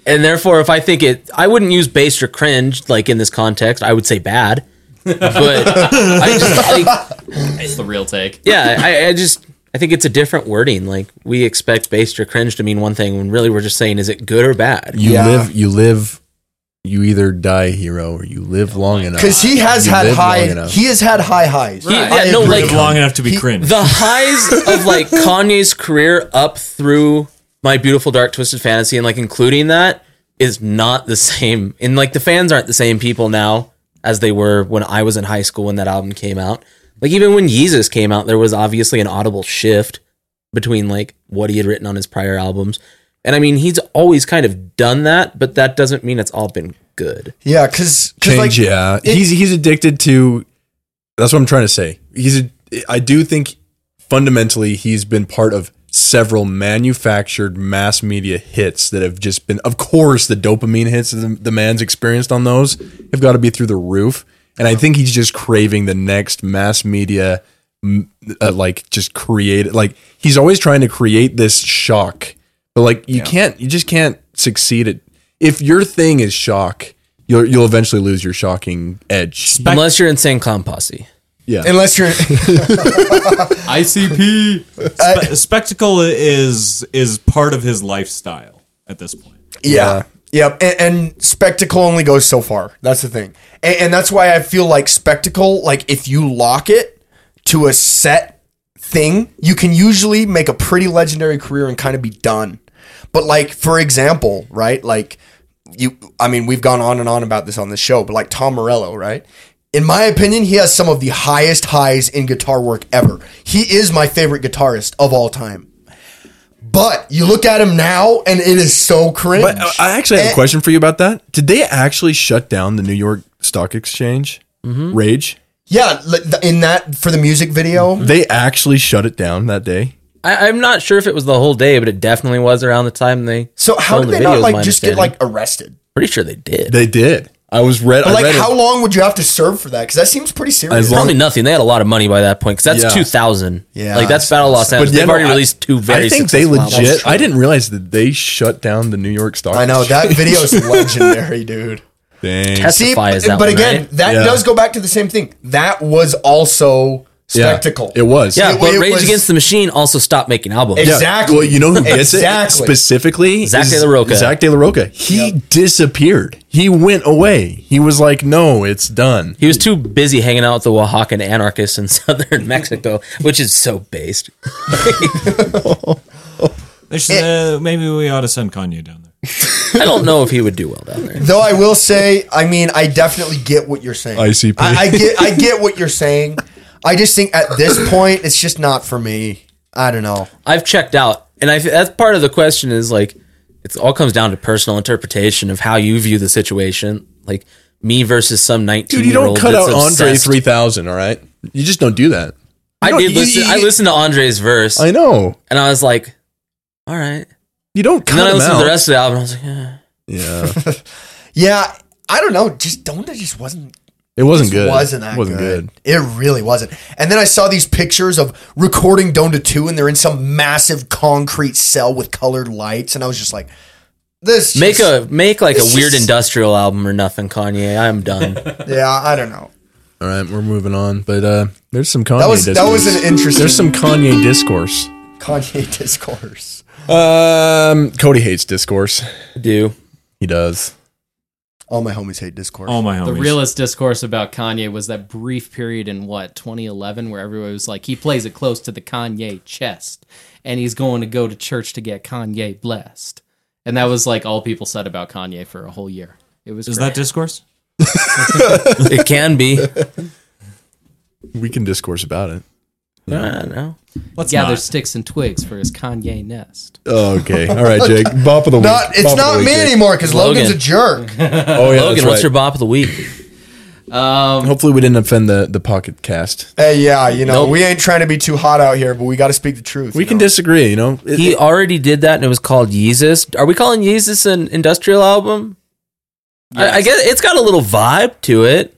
S5: And therefore, if I think it, I wouldn't use based or cringe like in this context. I would say bad. But I just like
S6: it's the real take.
S5: yeah, I, I just I think it's a different wording. Like we expect based or cringe to mean one thing when really we're just saying is it good or bad?
S3: You
S2: Yeah.
S3: live. You live. You either die hero or you live long enough.
S2: Because he has
S3: You
S2: had
S3: live long
S2: high,
S3: enough.
S2: he has had high highs.
S5: Yeah,
S2: I
S5: no,
S2: agree.
S5: like-
S4: Live long enough to be cringe.
S5: The highs of like Kanye's career up through My Beautiful Dark Twisted Fantasy and like including that is not the same. And like the fans aren't the same people now as they were when I was in high school when that album came out. Like even when Yeezus came out, there was obviously an audible shift between like what he had written on his prior albums. And I mean, he's always kind of done that, but that doesn't mean it's all been good.
S2: yeah, because
S3: change.
S2: like,
S3: yeah, he's he's addicted to. That's what I'm trying to say. He's. A, I do think fundamentally he's been part of several manufactured mass media hits that have just been, of course, the dopamine hits that the, the man's experienced on those have got to be through the roof. And I think he's just craving the next mass media, m- uh, like just create, like he's always trying to create this shock, but like you can't, you just can't succeed at. If your thing is shock, you'll you'll eventually lose your shocking edge.
S5: Unless you're insane clown posse.
S3: Yeah,
S2: Unless you're
S6: ICP.
S4: Spe- spectacle is is part of his lifestyle at this point.
S2: Yeah. Yep. And, and spectacle only goes so far. That's the thing. And, and that's why I feel like spectacle, like if you lock it to a set thing, you can usually make a pretty legendary career and kind of be done. But like, for example, right? Like you, I mean, we've gone on and on about this on the show, but like Tom Morello, right? In my opinion, he has some of the highest highs in guitar work ever. He is my favorite guitarist of all time. But you look at him now, and it is so cringe.
S3: But uh, I actually
S2: Eh.
S3: have a question for you about that. Did they actually shut down the New York Stock Exchange?
S2: Mm-hmm.
S3: Rage.
S2: Yeah, li- th- in that for the music video.
S3: They actually shut it down that day.
S5: I, I'm not sure if it was the whole day, but it definitely was around the time they.
S2: So how did
S5: sold the
S2: they
S5: video,
S2: not
S5: is
S2: like
S5: my
S2: just get
S5: understanding.
S2: like arrested?
S5: Pretty sure they did.
S3: They did. I was read. I
S2: But
S3: read
S2: like,
S3: it.
S2: how long would you have to serve for that? Because that seems pretty serious.
S3: As long-
S5: Probably nothing. They had a lot of money by that point because that's
S3: Yeah.
S5: 2000.
S2: Yeah.
S5: Like that's Battle Los Angeles.
S3: yeah,
S5: They've
S3: no,
S5: already
S3: I-
S5: released two very
S3: I think they
S5: successful albums.
S3: legit. I didn't realize that they shut down the New York Stock.
S2: I know that video is legendary, dude.
S3: Exchange. Dang.
S2: See,
S5: Testify
S2: but,
S5: is that
S2: but
S5: one,
S2: again,
S5: right?
S2: that
S3: Yeah.
S2: does go back to the same thing. That was also
S3: Yeah,
S2: spectacle.
S3: It was.
S5: Yeah,
S2: It-
S5: but
S2: it
S5: Rage
S2: was-
S5: Against the Machine also stopped making albums.
S2: Ex-
S3: Yeah.
S2: Exactly.
S3: Well, you know who gets
S2: Exactly.
S3: it specifically?
S5: Zach
S3: Is
S5: De La Roca.
S3: Zach De La Roca. He disappeared. He went away. He was like, "No, it's done."
S5: He was too busy hanging out with the Oaxacan anarchists in southern Mexico, which is so based.
S4: They should, uh, maybe we ought to send Kanye down there.
S5: I don't know if he would do well down there.
S2: Though I will say, I mean, I definitely get what you're saying.
S3: ICP.
S2: I, I get, I get what you're saying. I just think at this point, it's just not for me. I don't know.
S5: I've checked out, and I that's part of the question is like it all comes down to personal interpretation of how you view the situation, like me versus some nineteen
S3: Dude, you
S5: year old.
S3: don't cut out Andre
S5: obsessed.
S3: three thousand. All right, you just don't do that.
S5: I
S3: don't-
S5: did
S3: you-
S5: listen.
S3: you-
S5: I listened to Andre's verse,
S3: I know.
S5: and I was like, "All right."
S3: You don't
S5: And
S3: cut
S5: then I
S3: him
S5: listened
S3: out.
S5: to the rest of the album. And I was like,
S3: Yeah,
S5: eh.
S2: Yeah, I don't know. Just Donda just wasn't
S3: it wasn't good.
S2: wasn't that
S3: It wasn't
S2: good.
S3: good.
S2: It really wasn't. And then I saw these pictures of recording Donda 2 and they're in some massive concrete cell with colored lights and I was just like this
S5: "Make
S2: just-
S5: a make like a
S2: it's
S5: weird
S2: just-
S5: industrial album or nothing, Kanye." I'm done.
S2: Yeah, I don't know.
S3: All right, we're moving on. But uh, there's some Kanye.
S2: That was that
S3: discourse.
S2: was an interesting
S3: There's some Kanye discourse.
S2: Kanye discourse.
S3: Um, Cody hates discourse.
S5: Do
S3: He does.
S2: All my homies hate discourse.
S4: All Oh my homies.
S6: The realest discourse about Kanye was that brief period in what 2011 where everyone was like he plays it close to the Kanye chest and he's going to go to church to get Kanye blessed. And that was like all people said about Kanye for a whole year. It was
S4: is
S6: great.
S4: that discourse?
S5: it can be.
S3: We can discourse about it.
S5: I don't know.
S4: Let's
S6: gather
S4: not.
S6: sticks and twigs for his Kanye nest.
S3: okay. All right, Jake. Bop of the week.
S2: Not it's
S3: Bop of the
S2: not
S3: week,
S2: me
S3: Jake.
S2: anymore cuz Logan's a
S5: Logan.
S2: jerk.
S3: Oh yeah,
S5: Logan,
S3: that's
S5: what's
S3: right.
S5: your bop of the week?
S3: Hopefully, we didn't offend the the pocket cast.
S2: hey, yeah, you know, we ain't trying to be too hot out here, but we got to speak the truth.
S3: We
S2: you
S3: can
S2: know?
S3: disagree. You know, It-
S5: He already did that, and it was called Yeezus. Are we calling Yeezus an industrial album? I, I guess it's got a little vibe to it.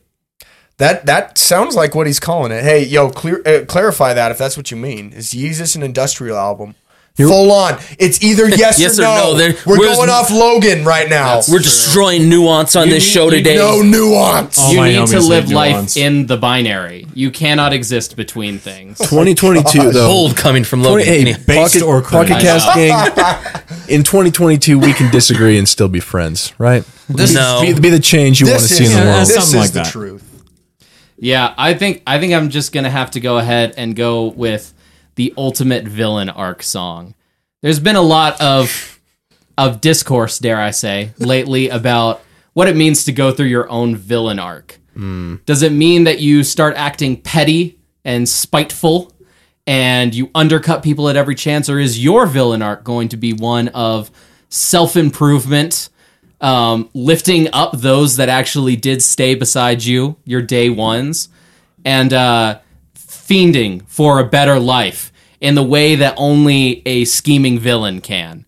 S2: That that sounds like what he's calling it. Hey, yo, clear uh, clarify that if that's what you mean. Is Yeezus an industrial album? Full on. It's either yes,
S5: Yes
S2: or
S5: or
S2: no.
S5: no. There-
S2: We're
S5: where's-
S2: going off Logan right now.
S5: We're destroying nuance on this
S4: need-
S5: show
S4: you
S5: today.
S2: No nuance.
S4: All
S6: you
S4: my
S6: need to
S4: homies
S6: live
S4: hate
S6: life
S4: nuance.
S6: in the binary. You cannot exist between things.
S2: Oh,
S3: 2022 though.
S5: Bold coming from Logan.
S3: Hey,
S5: Anyhow,
S4: Based
S3: pocket,
S4: or
S3: pocket
S4: cringe.
S3: cast gang. In 2022, we can disagree and still be friends, right?
S2: This
S5: No.
S3: Be, be the change you want to
S2: this
S3: see
S2: is,
S3: in the
S4: Yeah,
S3: world.
S2: this
S4: Something
S2: is
S4: like
S2: the
S4: that.
S2: truth.
S6: Yeah, I think I think I'm just gonna have to go ahead and go with the ultimate villain arc song. There's been a lot of of discourse, dare I say, lately about what it means to go through your own villain arc. Does it mean that you start acting petty and spiteful and you undercut people at every chance, or is your villain arc going to be one of self improvement? um, lifting up those that actually did stay beside you, your day ones, and uh, fiending for a better life in the way that only a scheming villain can.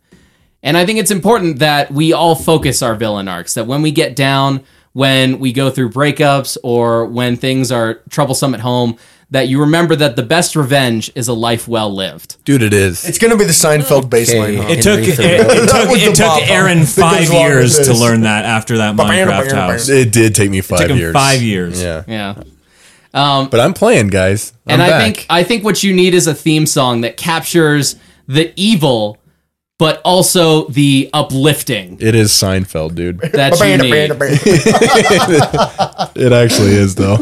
S6: And I think it's important that we all focus our villain arcs, that when we get down, when we go through breakups or when things are troublesome at home, that you remember that the best revenge is a life well lived.
S3: Dude, it is.
S2: It's gonna be the Seinfeld baseline. huh?
S4: It took it,
S5: Henry
S4: it
S2: That
S4: took
S2: was the
S4: it took
S2: problem.
S4: Aaron
S2: That goes
S4: five
S2: along with
S4: years to
S2: this.
S4: learn that after that Minecraft house. It
S3: It did take me five
S4: took him
S3: years.
S4: five years.
S3: Yeah.
S6: Yeah.
S3: But I'm playing, guys. I'm
S6: and I
S3: back.
S6: think I think what you need is a theme song that captures the evil, but also the uplifting
S3: it is Seinfeld, dude.
S6: that you need.
S3: It actually is, though.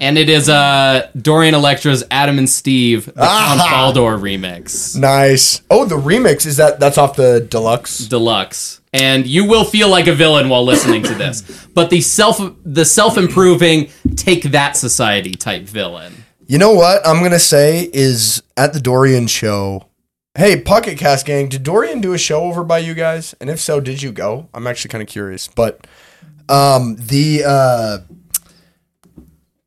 S6: And it is uh, Dorian Electra's "Adam and Steve" the Count Baldor remix
S2: nice. Oh, the remix is that? That's off the deluxe.
S6: deluxe. And you will feel like a villain while listening to this, but the self the self improving take that society type villain.
S2: You know what I'm gonna say is at the Dorian show. Hey, Pocket Cast Gang, did Dorian do a show over by you guys? And if so, did you go? I'm actually kind of curious. But um, the uh,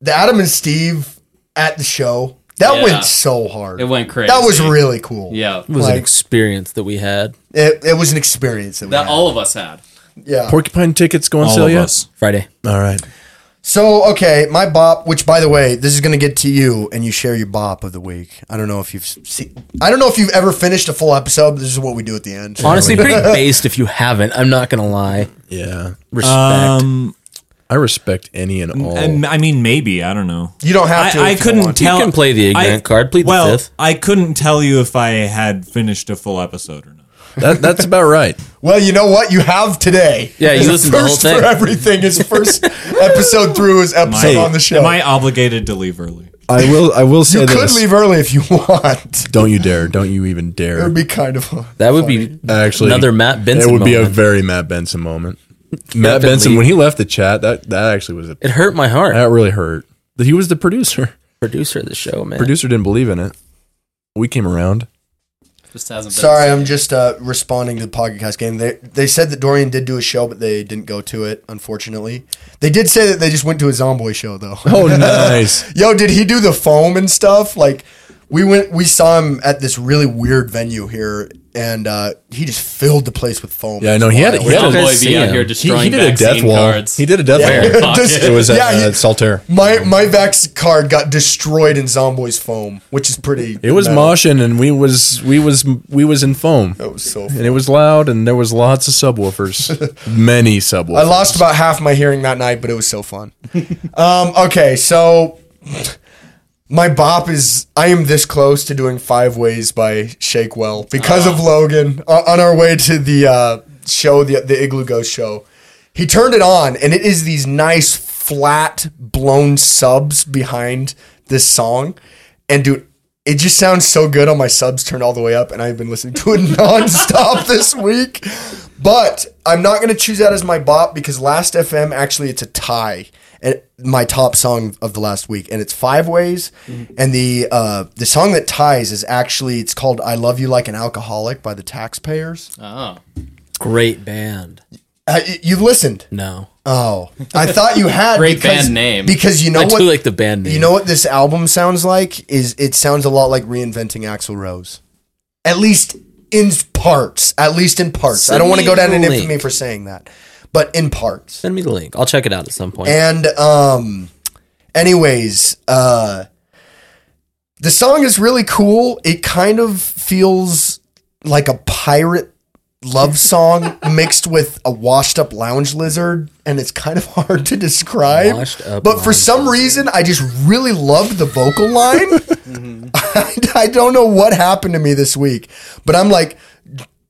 S2: the Adam and Steve at the show that
S6: Yeah.
S2: went so hard.
S6: It went crazy.
S2: That was really cool.
S6: yeah
S5: was an
S2: Like-
S5: experience that we had
S2: It, it was an experience that we
S6: that
S2: had.
S6: all of us had.
S2: yeah.
S3: Porcupine tickets go on
S4: All
S3: sale
S4: of
S3: yet?
S4: us.
S5: Friday.
S3: All right.
S2: So okay, my bop. Which, by the way, this is gonna get to you, and you share your bop of the week. I don't know if you've seen. I don't know if you've ever finished a full episode. But this is what we do at the end.
S5: Honestly, pretty based if you haven't. I'm not gonna lie.
S3: Yeah. Uh,
S5: Respect.
S4: Um,
S3: I respect any and all.
S4: and I mean, maybe I don't know.
S2: You don't have to.
S4: I, I
S2: if you
S4: couldn't
S2: want.
S4: tell.
S5: You can play the ignorant card, plead the
S4: well,
S5: fifth.
S4: I couldn't tell you if I had finished a full episode or not.
S3: that, that's about right.
S2: Well, you know what? You have today.
S5: Yeah, you
S2: It's
S5: listened to the whole
S2: first
S5: thing.
S2: For everything, his first episode through his episode on the show.
S4: Am I obligated to leave early?
S3: I will. I will say
S2: you could
S3: this.
S2: leave early if you want.
S3: Don't you dare! Don't you even
S2: It
S3: dare!
S2: would be kind of fun.
S5: that would be
S3: Actually,
S5: another Matt Benson
S3: It would be a
S5: moment.
S3: very Matt Benson moment. Matt
S5: Definitely.
S3: Benson, when he left the chat, that that actually was a,
S5: it hurt my heart.
S3: that really hurt. That He was the producer.
S5: Producer of the show, man.
S3: Producer didn't believe in it. We came around.
S6: Just hasn't been
S2: Sorry, I'm just uh, responding to the podcast game. They they said that Dorian did do a show, but they didn't go to it. Unfortunately, they did say that they just went to a Zomboy show though.
S3: Oh, nice.
S2: Yo, did he do the foam and stuff? Like, we went, we saw him at this really weird venue here, and uh, he just filled the place with foam.
S3: Yeah, I know. He had-
S2: It was
S3: he had
S6: Count
S3: a-
S5: Gotta
S6: Boy
S5: see
S6: be out
S5: him.
S6: here
S3: He,
S6: destroying
S3: he did a
S6: vaccine
S3: death wall.
S6: cards.
S3: He did a death
S2: Yeah.
S3: wall.
S2: Fuck
S6: Just-
S3: It was at
S2: Yeah, he-
S3: uh, Saltaire.
S2: wild. my my Vax card got destroyed in Zomboy's foam, which is pretty.
S3: It was
S2: metal.
S3: moshing, and we was we was we was in foam,
S2: That was so.
S3: and it was loud, and there was lots of subwoofers, many subwoofers.
S2: I lost about half my hearing that night, but it was so fun. um, okay, so my bop is I am this close to doing Five Ways by Shakewell because
S3: Ah.
S2: of Logan O- on our way to the uh, show, the the Igloo Ghost show. He turned it on, and it is these nice flat blown subs behind this song, and dude. It just sounds so good on my subs turned all the way up, and I've been listening to it nonstop this week. But I'm not going to choose that as my bop because Last FM actually it's a tie and my top song of the last week, and it's Five Ways, and the uh, the song that ties is actually it's called "I Love You Like an Alcoholic" by the Taxpayers.
S6: Oh.
S5: Great band.
S2: Uh, y- you've listened?
S5: No,
S2: Oh, I thought you had
S6: Great
S2: because-
S6: band name.
S2: because you know
S5: I
S2: what
S5: do like the band name.
S2: you know what this album sounds like is it sounds a lot like reinventing Axl Rose, at least in parts. At least in parts. I don't want to go down in
S5: Sneakily.
S2: infamy for saying that, but in parts.
S5: Send me the link. I'll check it out at some point.
S2: And um anyways, uh the song is really cool. It kind of feels like a pirate love song mixed with a washed up lounge lizard and it's kind of hard to describe.
S5: Washed up
S2: but for
S5: lounge
S2: some reason I just really loved the vocal line. I, I don't know what happened to me this week, but I'm like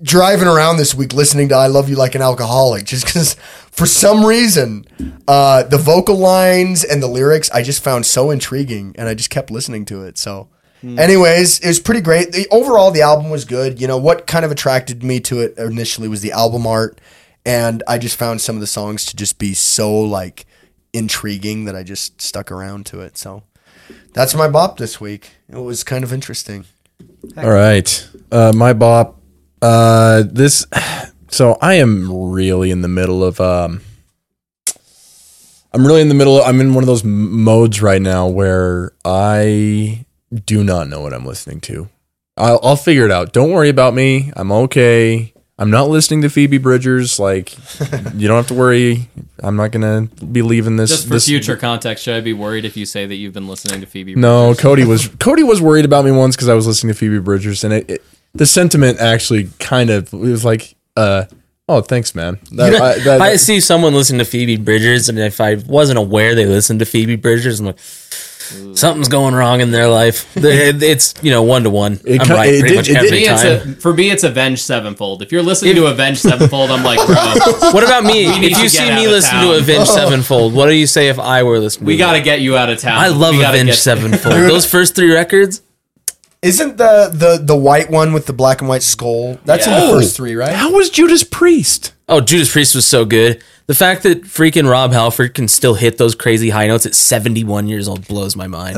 S2: driving around this week listening to I Love You Like an Alcoholic just because for some reason uh, the vocal lines and the lyrics I just found so intriguing and I just kept listening to it. So, anyways, it was pretty great. The, overall, the album was good. You know, what kind of attracted me to it initially was the album art. And I just found some of the songs to just be so like intriguing that I just stuck around to it. So that's my bop this week. It was kind of interesting.
S3: All right. Uh, my bop. Uh, this. So I am really in the middle of. Um, I'm really in the middle. Of, I'm in one of those m- modes right now where I do not know what I'm listening to. I'll, I'll figure it out. Don't worry about me. I'm okay. I'm not listening to Phoebe Bridgers. Like, you don't have to worry. I'm not gonna be leaving this.
S6: Just for
S3: this-
S6: future context, should I be worried if you say that you've been listening to Phoebe?
S3: No, Cody was Cody was worried about me once because I was listening to Phoebe Bridgers, and it, it the sentiment actually kind of it was like, uh, "Oh, thanks, man." That, I, that-
S5: I see someone listening to Phoebe Bridgers, and if I wasn't aware they listened to Phoebe Bridgers, I'm like,
S6: Mm.
S5: something's going wrong in their life. They- it's you know one to one.
S3: It
S5: I'm
S3: ki-
S5: right
S3: it
S5: pretty
S3: did-
S5: much
S3: it did-
S6: For
S5: every
S6: me, it's
S5: time.
S6: a, for me, it's Avenged Sevenfold. If you're listening to Avenged Sevenfold, I'm like, bro,
S5: What about me? If
S6: need to
S5: you
S6: get
S5: see
S6: out
S5: me
S6: of
S5: listen to
S6: town.
S3: Oh.
S5: Avenged Sevenfold, what do you say if I were listening?
S6: we
S5: to that?
S6: gotta get you out of town.
S5: I love
S6: we gotta
S5: Avenged
S6: get-
S5: Sevenfold. Those first three records,
S2: Isn't the, the the white one with the black and white skull? That's in the first three, right?
S3: how was Judas Priest?
S5: Oh, Judas Priest was so good. The fact that freaking Rob Halford can still hit those crazy high notes at 71 years old blows my mind.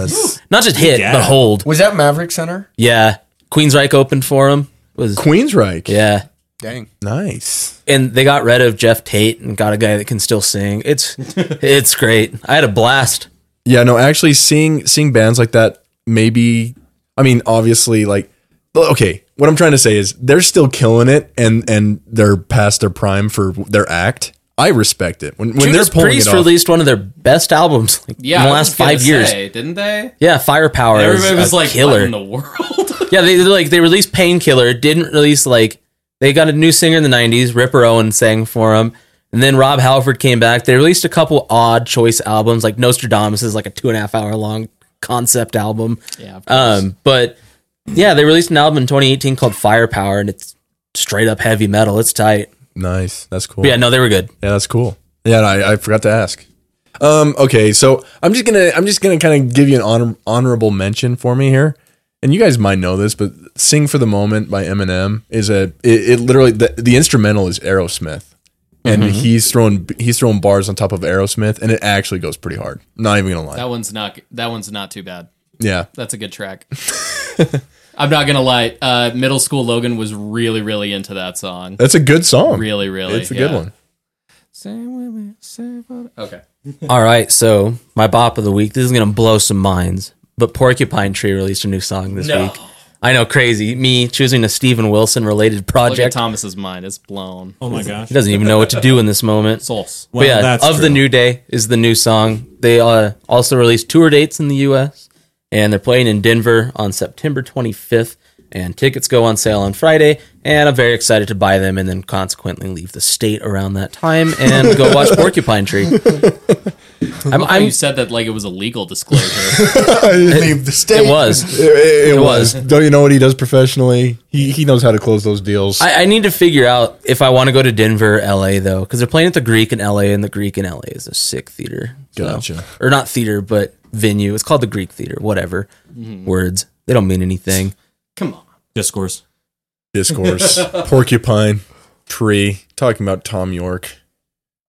S5: Not just hit,
S4: Yeah.
S5: but hold.
S2: Was that Maverick Center?
S5: Yeah. Queensryche opened for him. Was
S3: Queensryche.
S5: yeah.
S2: Dang.
S3: nice.
S5: And they got rid of Jeff Tate and got a guy that can still sing. It's it's great. I had a blast.
S3: Yeah, no, actually, seeing seeing bands like that, maybe. I mean, obviously, like, okay, what I'm trying to say is they're still killing it, and and they're past their prime for their act. I respect it when when
S5: Judas
S3: they're pulling
S5: Priest
S3: it off.
S5: released one of their best albums like,
S6: Yeah,
S5: in
S6: I
S5: the
S6: was
S5: last
S6: gonna
S5: five years.
S6: say, didn't they?
S5: Yeah, Firepower. is
S6: Everybody was
S5: a
S6: like, what
S5: killer.
S6: in the world?
S5: Yeah, they they, like they released Painkiller. Didn't release like they got a new singer in the '90s. Ripper Owen sang for them, and then Rob Halford came back. They released a couple odd choice albums, like Nostradamus is like a two and a half hour long concept album.
S6: yeah, of
S5: Um, but yeah, they released an album in 2018 called Firepower, and it's straight up heavy metal. It's tight.
S3: nice, that's cool.
S5: But yeah, no, they were good.
S3: Yeah, that's cool. Yeah, I, I forgot to ask. Um, okay, so I'm just gonna I'm just gonna kind of give you an honor, honorable mention for me here, and you guys might know this, but "Sing for the Moment" by Eminem is a it, it literally the, the instrumental is Aerosmith, and he's throwing he's throwing bars on top of Aerosmith, and it actually goes pretty hard. Not even gonna lie.
S6: That one's not. That one's not too bad.
S3: yeah,
S6: That's a good track. I'm not gonna lie. Uh, middle school Logan was really, really into that song.
S3: that's a good song.
S6: Really, really.
S3: it's a good
S6: yeah.
S3: one.
S6: Okay.
S5: All right, so my bop of the week. This is gonna blow some minds. But Porcupine Tree released a new song this
S6: No.
S5: week. I know, crazy. Me choosing a Steven Wilson related
S6: Look at
S5: project.
S6: Thomas's mind. It's blown.
S4: Oh my gosh.
S5: He doesn't even know what to do in this moment.
S6: Souls.
S5: But yeah,
S4: that's
S5: of
S4: true.
S5: the new day is the new song. They uh, also released tour dates in the U.S. and they're playing in Denver on September 25th. And tickets go on sale on Friday. And I'm very excited to buy them and then consequently leave the state around that time and go watch Porcupine Tree. I'm,
S6: Oh,
S5: I'm
S6: you said that like it was a legal disclosure.
S2: Leave the state.
S5: it was.
S3: It, it- it
S5: It
S3: was.
S5: was.
S3: Don't you know what he does professionally? He he knows how to close those deals.
S5: I, I need to figure out if I want to go to Denver, LA though, because they're playing at the Greek in LA, and the Greek in LA is a sick theater. So-
S3: Gotcha.
S5: Or not theater, but venue. It's called the Greek Theater. Whatever. Words. They don't mean anything.
S6: Come on.
S4: Discourse.
S3: discourse. Porcupine, tree, talking about Tom York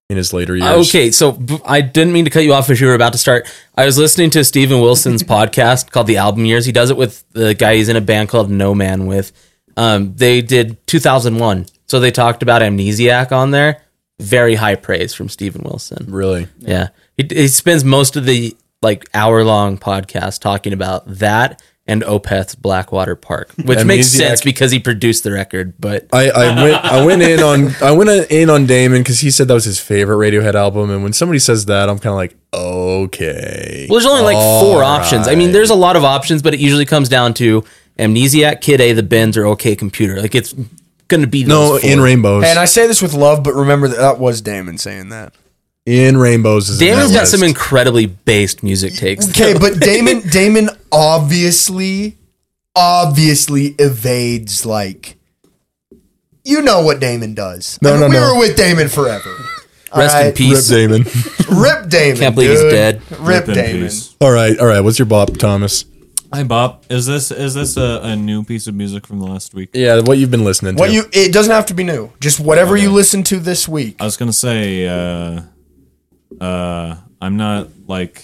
S3: in his later years.
S5: Uh, Okay, so b- I didn't mean to cut you off as you were about to start. I was listening to Stephen Wilson's podcast called The Album Years. He does it with the guy he's in a band called No Man with. Um, they did 2001, so they talked about Amnesiac on there. Very high praise from Stephen Wilson.
S3: Really?
S5: Yeah. He, he spends most of the like hour long podcast talking about that and Opeth's Blackwater Park, which makes
S3: Amnesiac.
S5: sense because he produced the record. But
S3: I, I went I went in on I went in on Damon because he said that was his favorite Radiohead album, and when somebody says that, I'm kind of like, okay.
S5: well, there's only like
S3: All
S5: four options. I mean, there's a lot of options, but it usually comes down to Amnesiac, Kid A, The Bends, or OK Computer. Like it's going to be
S3: no
S5: those four.
S3: in rainbows.
S2: And I say this with love, but remember that that was Damon saying that.
S3: in rainbows is in
S5: Damon's
S3: that
S5: got some
S3: list.
S5: incredibly based music takes.
S2: Okay, but Damon Damon obviously obviously evades like you know what Damon does.
S3: No, no,
S2: we
S3: no.
S2: were with Damon forever.
S5: Rest in
S2: Alright.
S3: Rip
S5: peace.
S3: Damon.
S2: Rip Damon.
S5: Can't believe he's
S2: dude.
S5: dead.
S2: Rip,
S4: in
S2: Damon.
S4: peace.
S3: all right, all right. What's your bop, Thomas?
S4: Hi, Bob. Is this is this a, a new piece of music from the last week?
S3: Yeah, what you've been listening to?
S2: What you it doesn't have to be new. Just whatever you listen to this week.
S4: I was gonna say, uh, uh, I'm not like,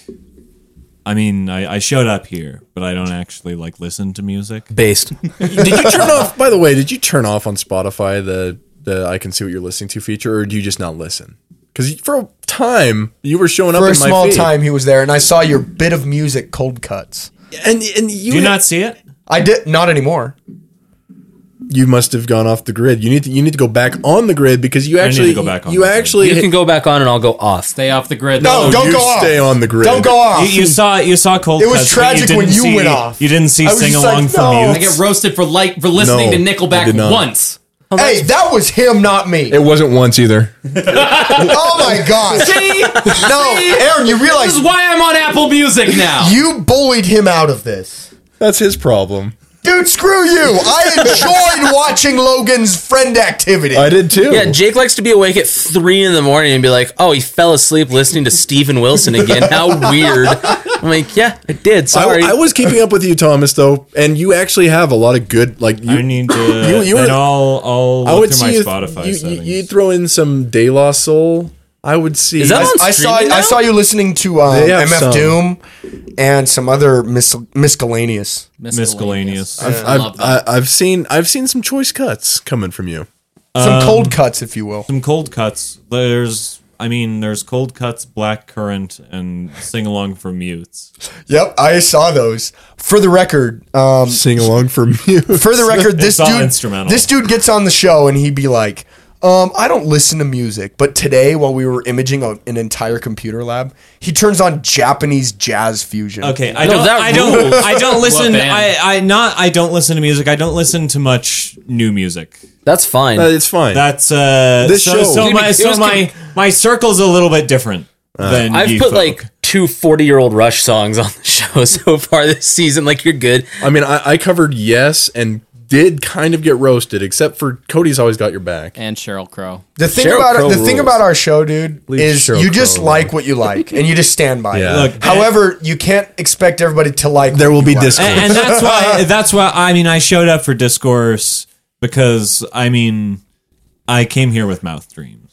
S4: I mean, I, I showed up here, but I don't actually like listen to music.
S5: Based.
S3: did you turn off? By the way, did you turn off on Spotify the the I can see what you're listening to feature, or do you just not listen? Because for a time you were showing
S2: For
S3: up
S2: a
S3: in my
S2: small
S3: feed.
S2: time he was there and I saw your bit of music cold cuts.
S3: and and you
S4: Do you not see it?
S2: I did not anymore.
S3: You must have gone off the grid. You need to, you need to go back on the grid because you
S4: need
S3: actually
S4: to go back on
S3: you
S4: the grid.
S3: actually
S5: You can go back on and I'll go off.
S6: Stay off the grid.
S2: No,
S3: Oh,
S2: don't
S3: you
S2: go off.
S3: Stay on the grid.
S2: Don't go off.
S4: You, you saw you saw Cold.
S2: It was
S4: Cuts, but
S2: tragic when
S4: didn't
S2: you
S4: see-
S2: went off.
S4: You didn't see
S2: I was just
S4: sing along
S2: like,
S4: for
S2: no.
S4: mute.
S6: I get roasted for like for listening
S3: No,
S6: to
S3: I
S6: Nickelback
S3: did not.
S6: once.
S2: hey, that was him, not me.
S3: It wasn't once either.
S2: oh my god.
S6: See,
S2: No, Aaron, you
S6: this
S2: realize
S6: is why I'm on Apple Music now.
S2: you bullied him out of this.
S3: That's his problem.
S2: Dude, screw you. I enjoyed watching Logan's friend activity.
S3: I did too.
S5: Yeah, Jake likes to be awake at three in the morning and be like, "Oh, he fell asleep listening to Steven Wilson again. How weird." I'm like, "Yeah, I did. Sorry."
S3: I, I was keeping up with you, Thomas, though, and you actually have a lot of good like you.
S4: I need to.
S3: You-
S4: You,
S3: you were-
S4: I'll, I'll
S3: I
S4: look
S3: would
S4: through
S3: see
S4: my
S3: you,
S4: Spotify
S3: you, you,
S4: settings.
S3: you throw in some De La Soul. I would see.
S5: Is that on
S2: I saw
S5: streaming
S2: I
S5: now?
S2: saw you listening to um,
S3: They have
S2: MF
S3: some.
S2: Doom and some other mis- miscellaneous.
S4: miscellaneous.
S3: I've, I, I've seen I've seen some choice cuts coming from you.
S2: Some cold cuts, if you will.
S4: Some cold cuts. There's, I mean, there's cold cuts, black current, and sing along for mutes.
S2: Yep, I saw those. For the record, um,
S3: Sing along from you.
S2: for the record, this
S4: It's all
S2: dude,
S4: instrumental.
S2: this dude gets on the show and he'd be like, um, "I don't listen to music," but today, while we were imaging a, an entire computer lab, he turns on Japanese jazz fusion.
S4: Okay, I
S5: No,
S4: don't.
S5: that
S4: I don't.
S5: rules.
S4: I don't listen.
S6: band?
S4: I, I not. I don't listen to music. I don't listen to much new music.
S5: That's fine.
S3: Uh, it's fine.
S4: That's uh.
S3: This
S4: so,
S3: show-
S4: So
S5: Dude,
S4: my
S5: it
S4: so
S5: was
S4: my my circle's a little bit different than
S5: I've
S4: you
S5: put
S4: folk.
S5: like two 40 year old Rush songs on the show so far this season. Like, you're good.
S3: I mean, I, I covered yes and did kind of get roasted, except for Cody's always got your back.
S6: and Cheryl Crow.
S2: The thing
S5: Cheryl
S2: about
S5: Crow
S2: the thing
S5: rules.
S2: about our show, dude,
S3: Leave
S2: is
S3: Cheryl
S2: you just
S3: Crow
S2: like what you like and you just stand by
S3: Yeah.
S2: it.
S3: Look,
S2: However, you can't expect everybody to like.
S3: There
S2: what
S3: will
S2: you
S3: be
S2: like.
S3: discord.
S4: and, and that's why that's why I mean I showed up for discourse because I mean I came here with mouth dreams.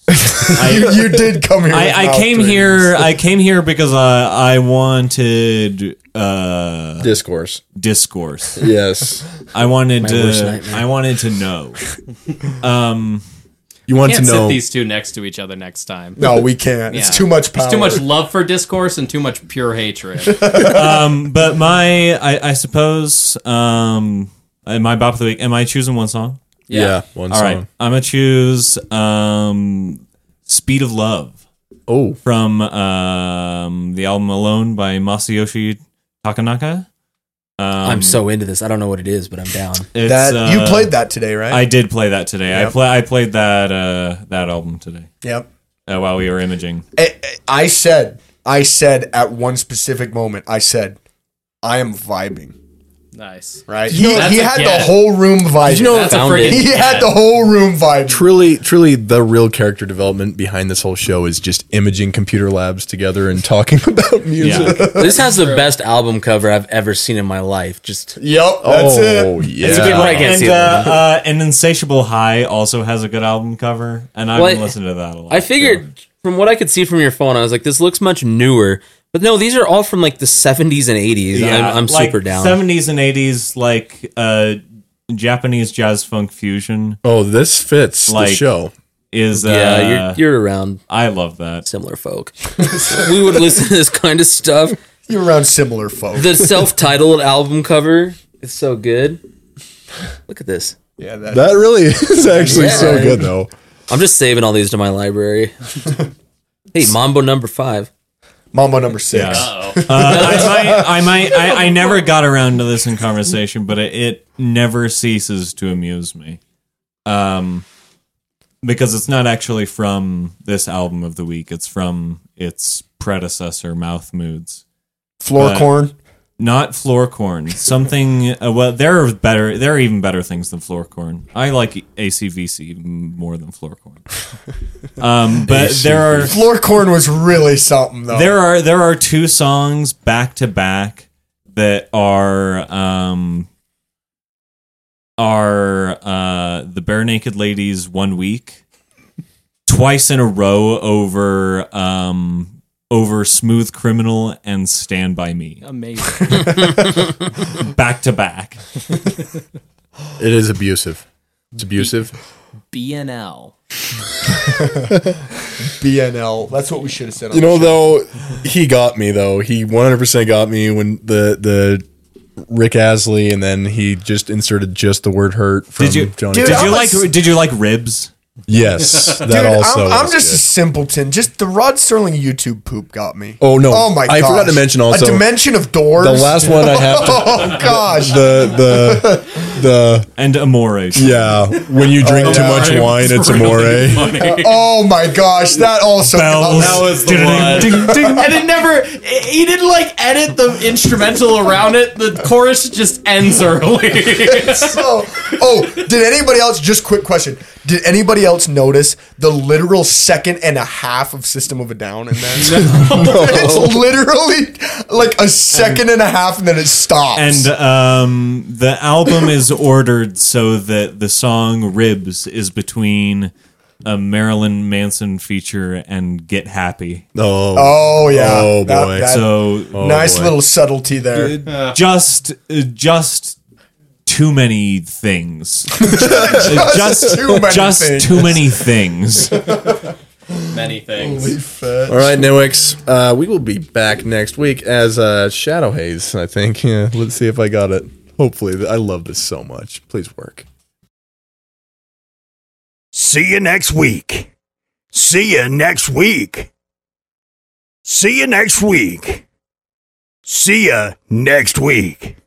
S2: You, you did come here.
S4: I, I
S2: without
S4: came
S2: dreams.
S4: here. I came here because I I wanted uh,
S3: Discourse.
S4: discourse.
S3: Yes.
S4: I wanted
S5: worst
S4: to.
S5: nightmare.
S4: I wanted to know.
S3: You want to
S6: Can't
S3: know.
S6: sit these two next to each other next time.
S2: No, we can't. It's
S6: Yeah.
S2: too much power.
S6: It's too much love for discourse and too much pure hatred.
S4: Um, But my I, I suppose um uh, my bop of the week. Am I choosing one song?
S3: yeah. One
S4: All
S3: song.
S4: right, I'm gonna choose um "Speed of Love"
S3: Oh.
S4: from um the album "Alone" by Masayoshi Takanaka.
S5: I'm so into this. I don't know what it is, but I'm down.
S4: It's,
S2: That
S4: uh,
S2: you played that today, right?
S4: I did play that today. I
S2: Yep.
S4: play I played that uh, that album today
S2: yep.
S4: uh, while we were imaging.
S2: I, I said, I said at one specific moment, I said, I am vibing.
S6: nice.
S2: Right? He,
S6: that's
S2: he
S6: a
S2: had
S6: get.
S2: the whole room vibing.
S3: You know,
S6: That's a
S5: Found
S6: friggin'
S5: it.
S2: he had
S6: ad.
S2: the whole room vibing.
S3: truly, truly, the real character development behind this whole show is just imaging computer labs together and talking about music.
S4: Yeah.
S5: This has the best album cover I've ever seen in my life. Just
S2: Yep, that's
S3: oh,
S2: it.
S3: yeah.
S5: I can't
S4: and
S5: see
S4: uh,
S5: that.
S4: uh, and Insatiable High also has a good album cover, and I've
S5: Well,
S4: been
S5: I-
S4: listening to that a lot.
S5: I figured from what I could see from your phone, I was like, this looks much newer. But no, these are all from like the 70s and 80s. I'm, I'm
S4: like
S5: super down.
S4: 70s and 80s, like uh, Japanese jazz funk fusion
S3: Oh, this fits
S4: Like-
S3: the show.
S4: is. Uh,
S5: yeah, you're, you're around
S4: I love that.
S5: similar folk. we would listen to this kind of stuff.
S2: You're around similar folk.
S5: The self-titled album cover is so good. Look at this.
S2: yeah, that,
S3: That really is actually so good, though.
S5: I'm just saving all these to my library. hey, Mambo number five.
S2: Mambo number six.
S4: Uh, I might, I might, I, I never got around to this in conversation, but it, it never ceases to amuse me, um, because it's not actually from this album of the week. It's from its predecessor, Mouth Moods.
S2: Floor
S4: Uh,
S2: corn.
S4: Not Floorcorn. Something. Uh, well, there are better. There are even better things than Floorcorn. I like ACVC more than Floorcorn. Um, but there are
S2: Floor corn was really something though.
S4: there are there are two songs back to back that are um are uh the bare naked ladies one week twice in a row over um over smooth criminal and stand by me
S6: Amazing.
S4: back to back
S3: It is abusive. It's abusive.
S6: BNL.
S2: BNL. That's what we should have said. On
S3: You know, though, he got me though. He 100 percent got me when the the Rick Asley, and then he just inserted just the word "hurt" from
S4: Did you
S3: Johnny.
S2: Dude,
S4: did
S2: I'm
S4: you
S2: a
S4: like
S2: s-
S4: did you like ribs?
S3: yes, that
S2: Dude,
S3: also.
S2: I'm, I'm
S3: was
S2: just a
S3: good.
S2: simpleton. Just the Rod Sterling YouTube poop got me.
S3: Oh, no.
S2: Oh my!
S3: I forgot
S2: gosh.
S3: to mention also-
S2: a dimension of doors.
S3: the last one I have. To,
S2: Oh gosh!
S3: the the the
S4: And amores.
S3: yeah. When you drink too
S2: yeah.
S3: much wine, it's amore.
S2: oh my gosh! That also
S4: Bells.
S2: got me.
S6: was the
S4: Ding, ding, ding.
S6: And it never, i- he didn't like edit the instrumental around it. The chorus just ends early.
S2: oh, oh, did anybody else? Just quick question: Did anybody else notice the literal second and a half of System of a Down in that? it's literally like a second and a half, and then it stops.
S4: And uh, um, the album is ordered so that the song Ribs is between a Marilyn Manson feature and Get Happy.
S3: Oh,
S2: oh yeah,
S3: Oh,
S2: That-
S3: boy.
S2: that- oh.
S4: So oh,
S2: nice
S3: boy.
S2: little subtlety there.
S4: just uh, just too many things. just
S2: too many
S4: just
S2: things.
S4: too many things.
S6: Many things.
S3: All right, Newix. Uh, we will be back next week as uh, Shadow Haze. I think. Yeah. Let's see if I got it. Hopefully, I love this so much. Please work.
S1: See you next week. See you next week. See you next week. See you next week.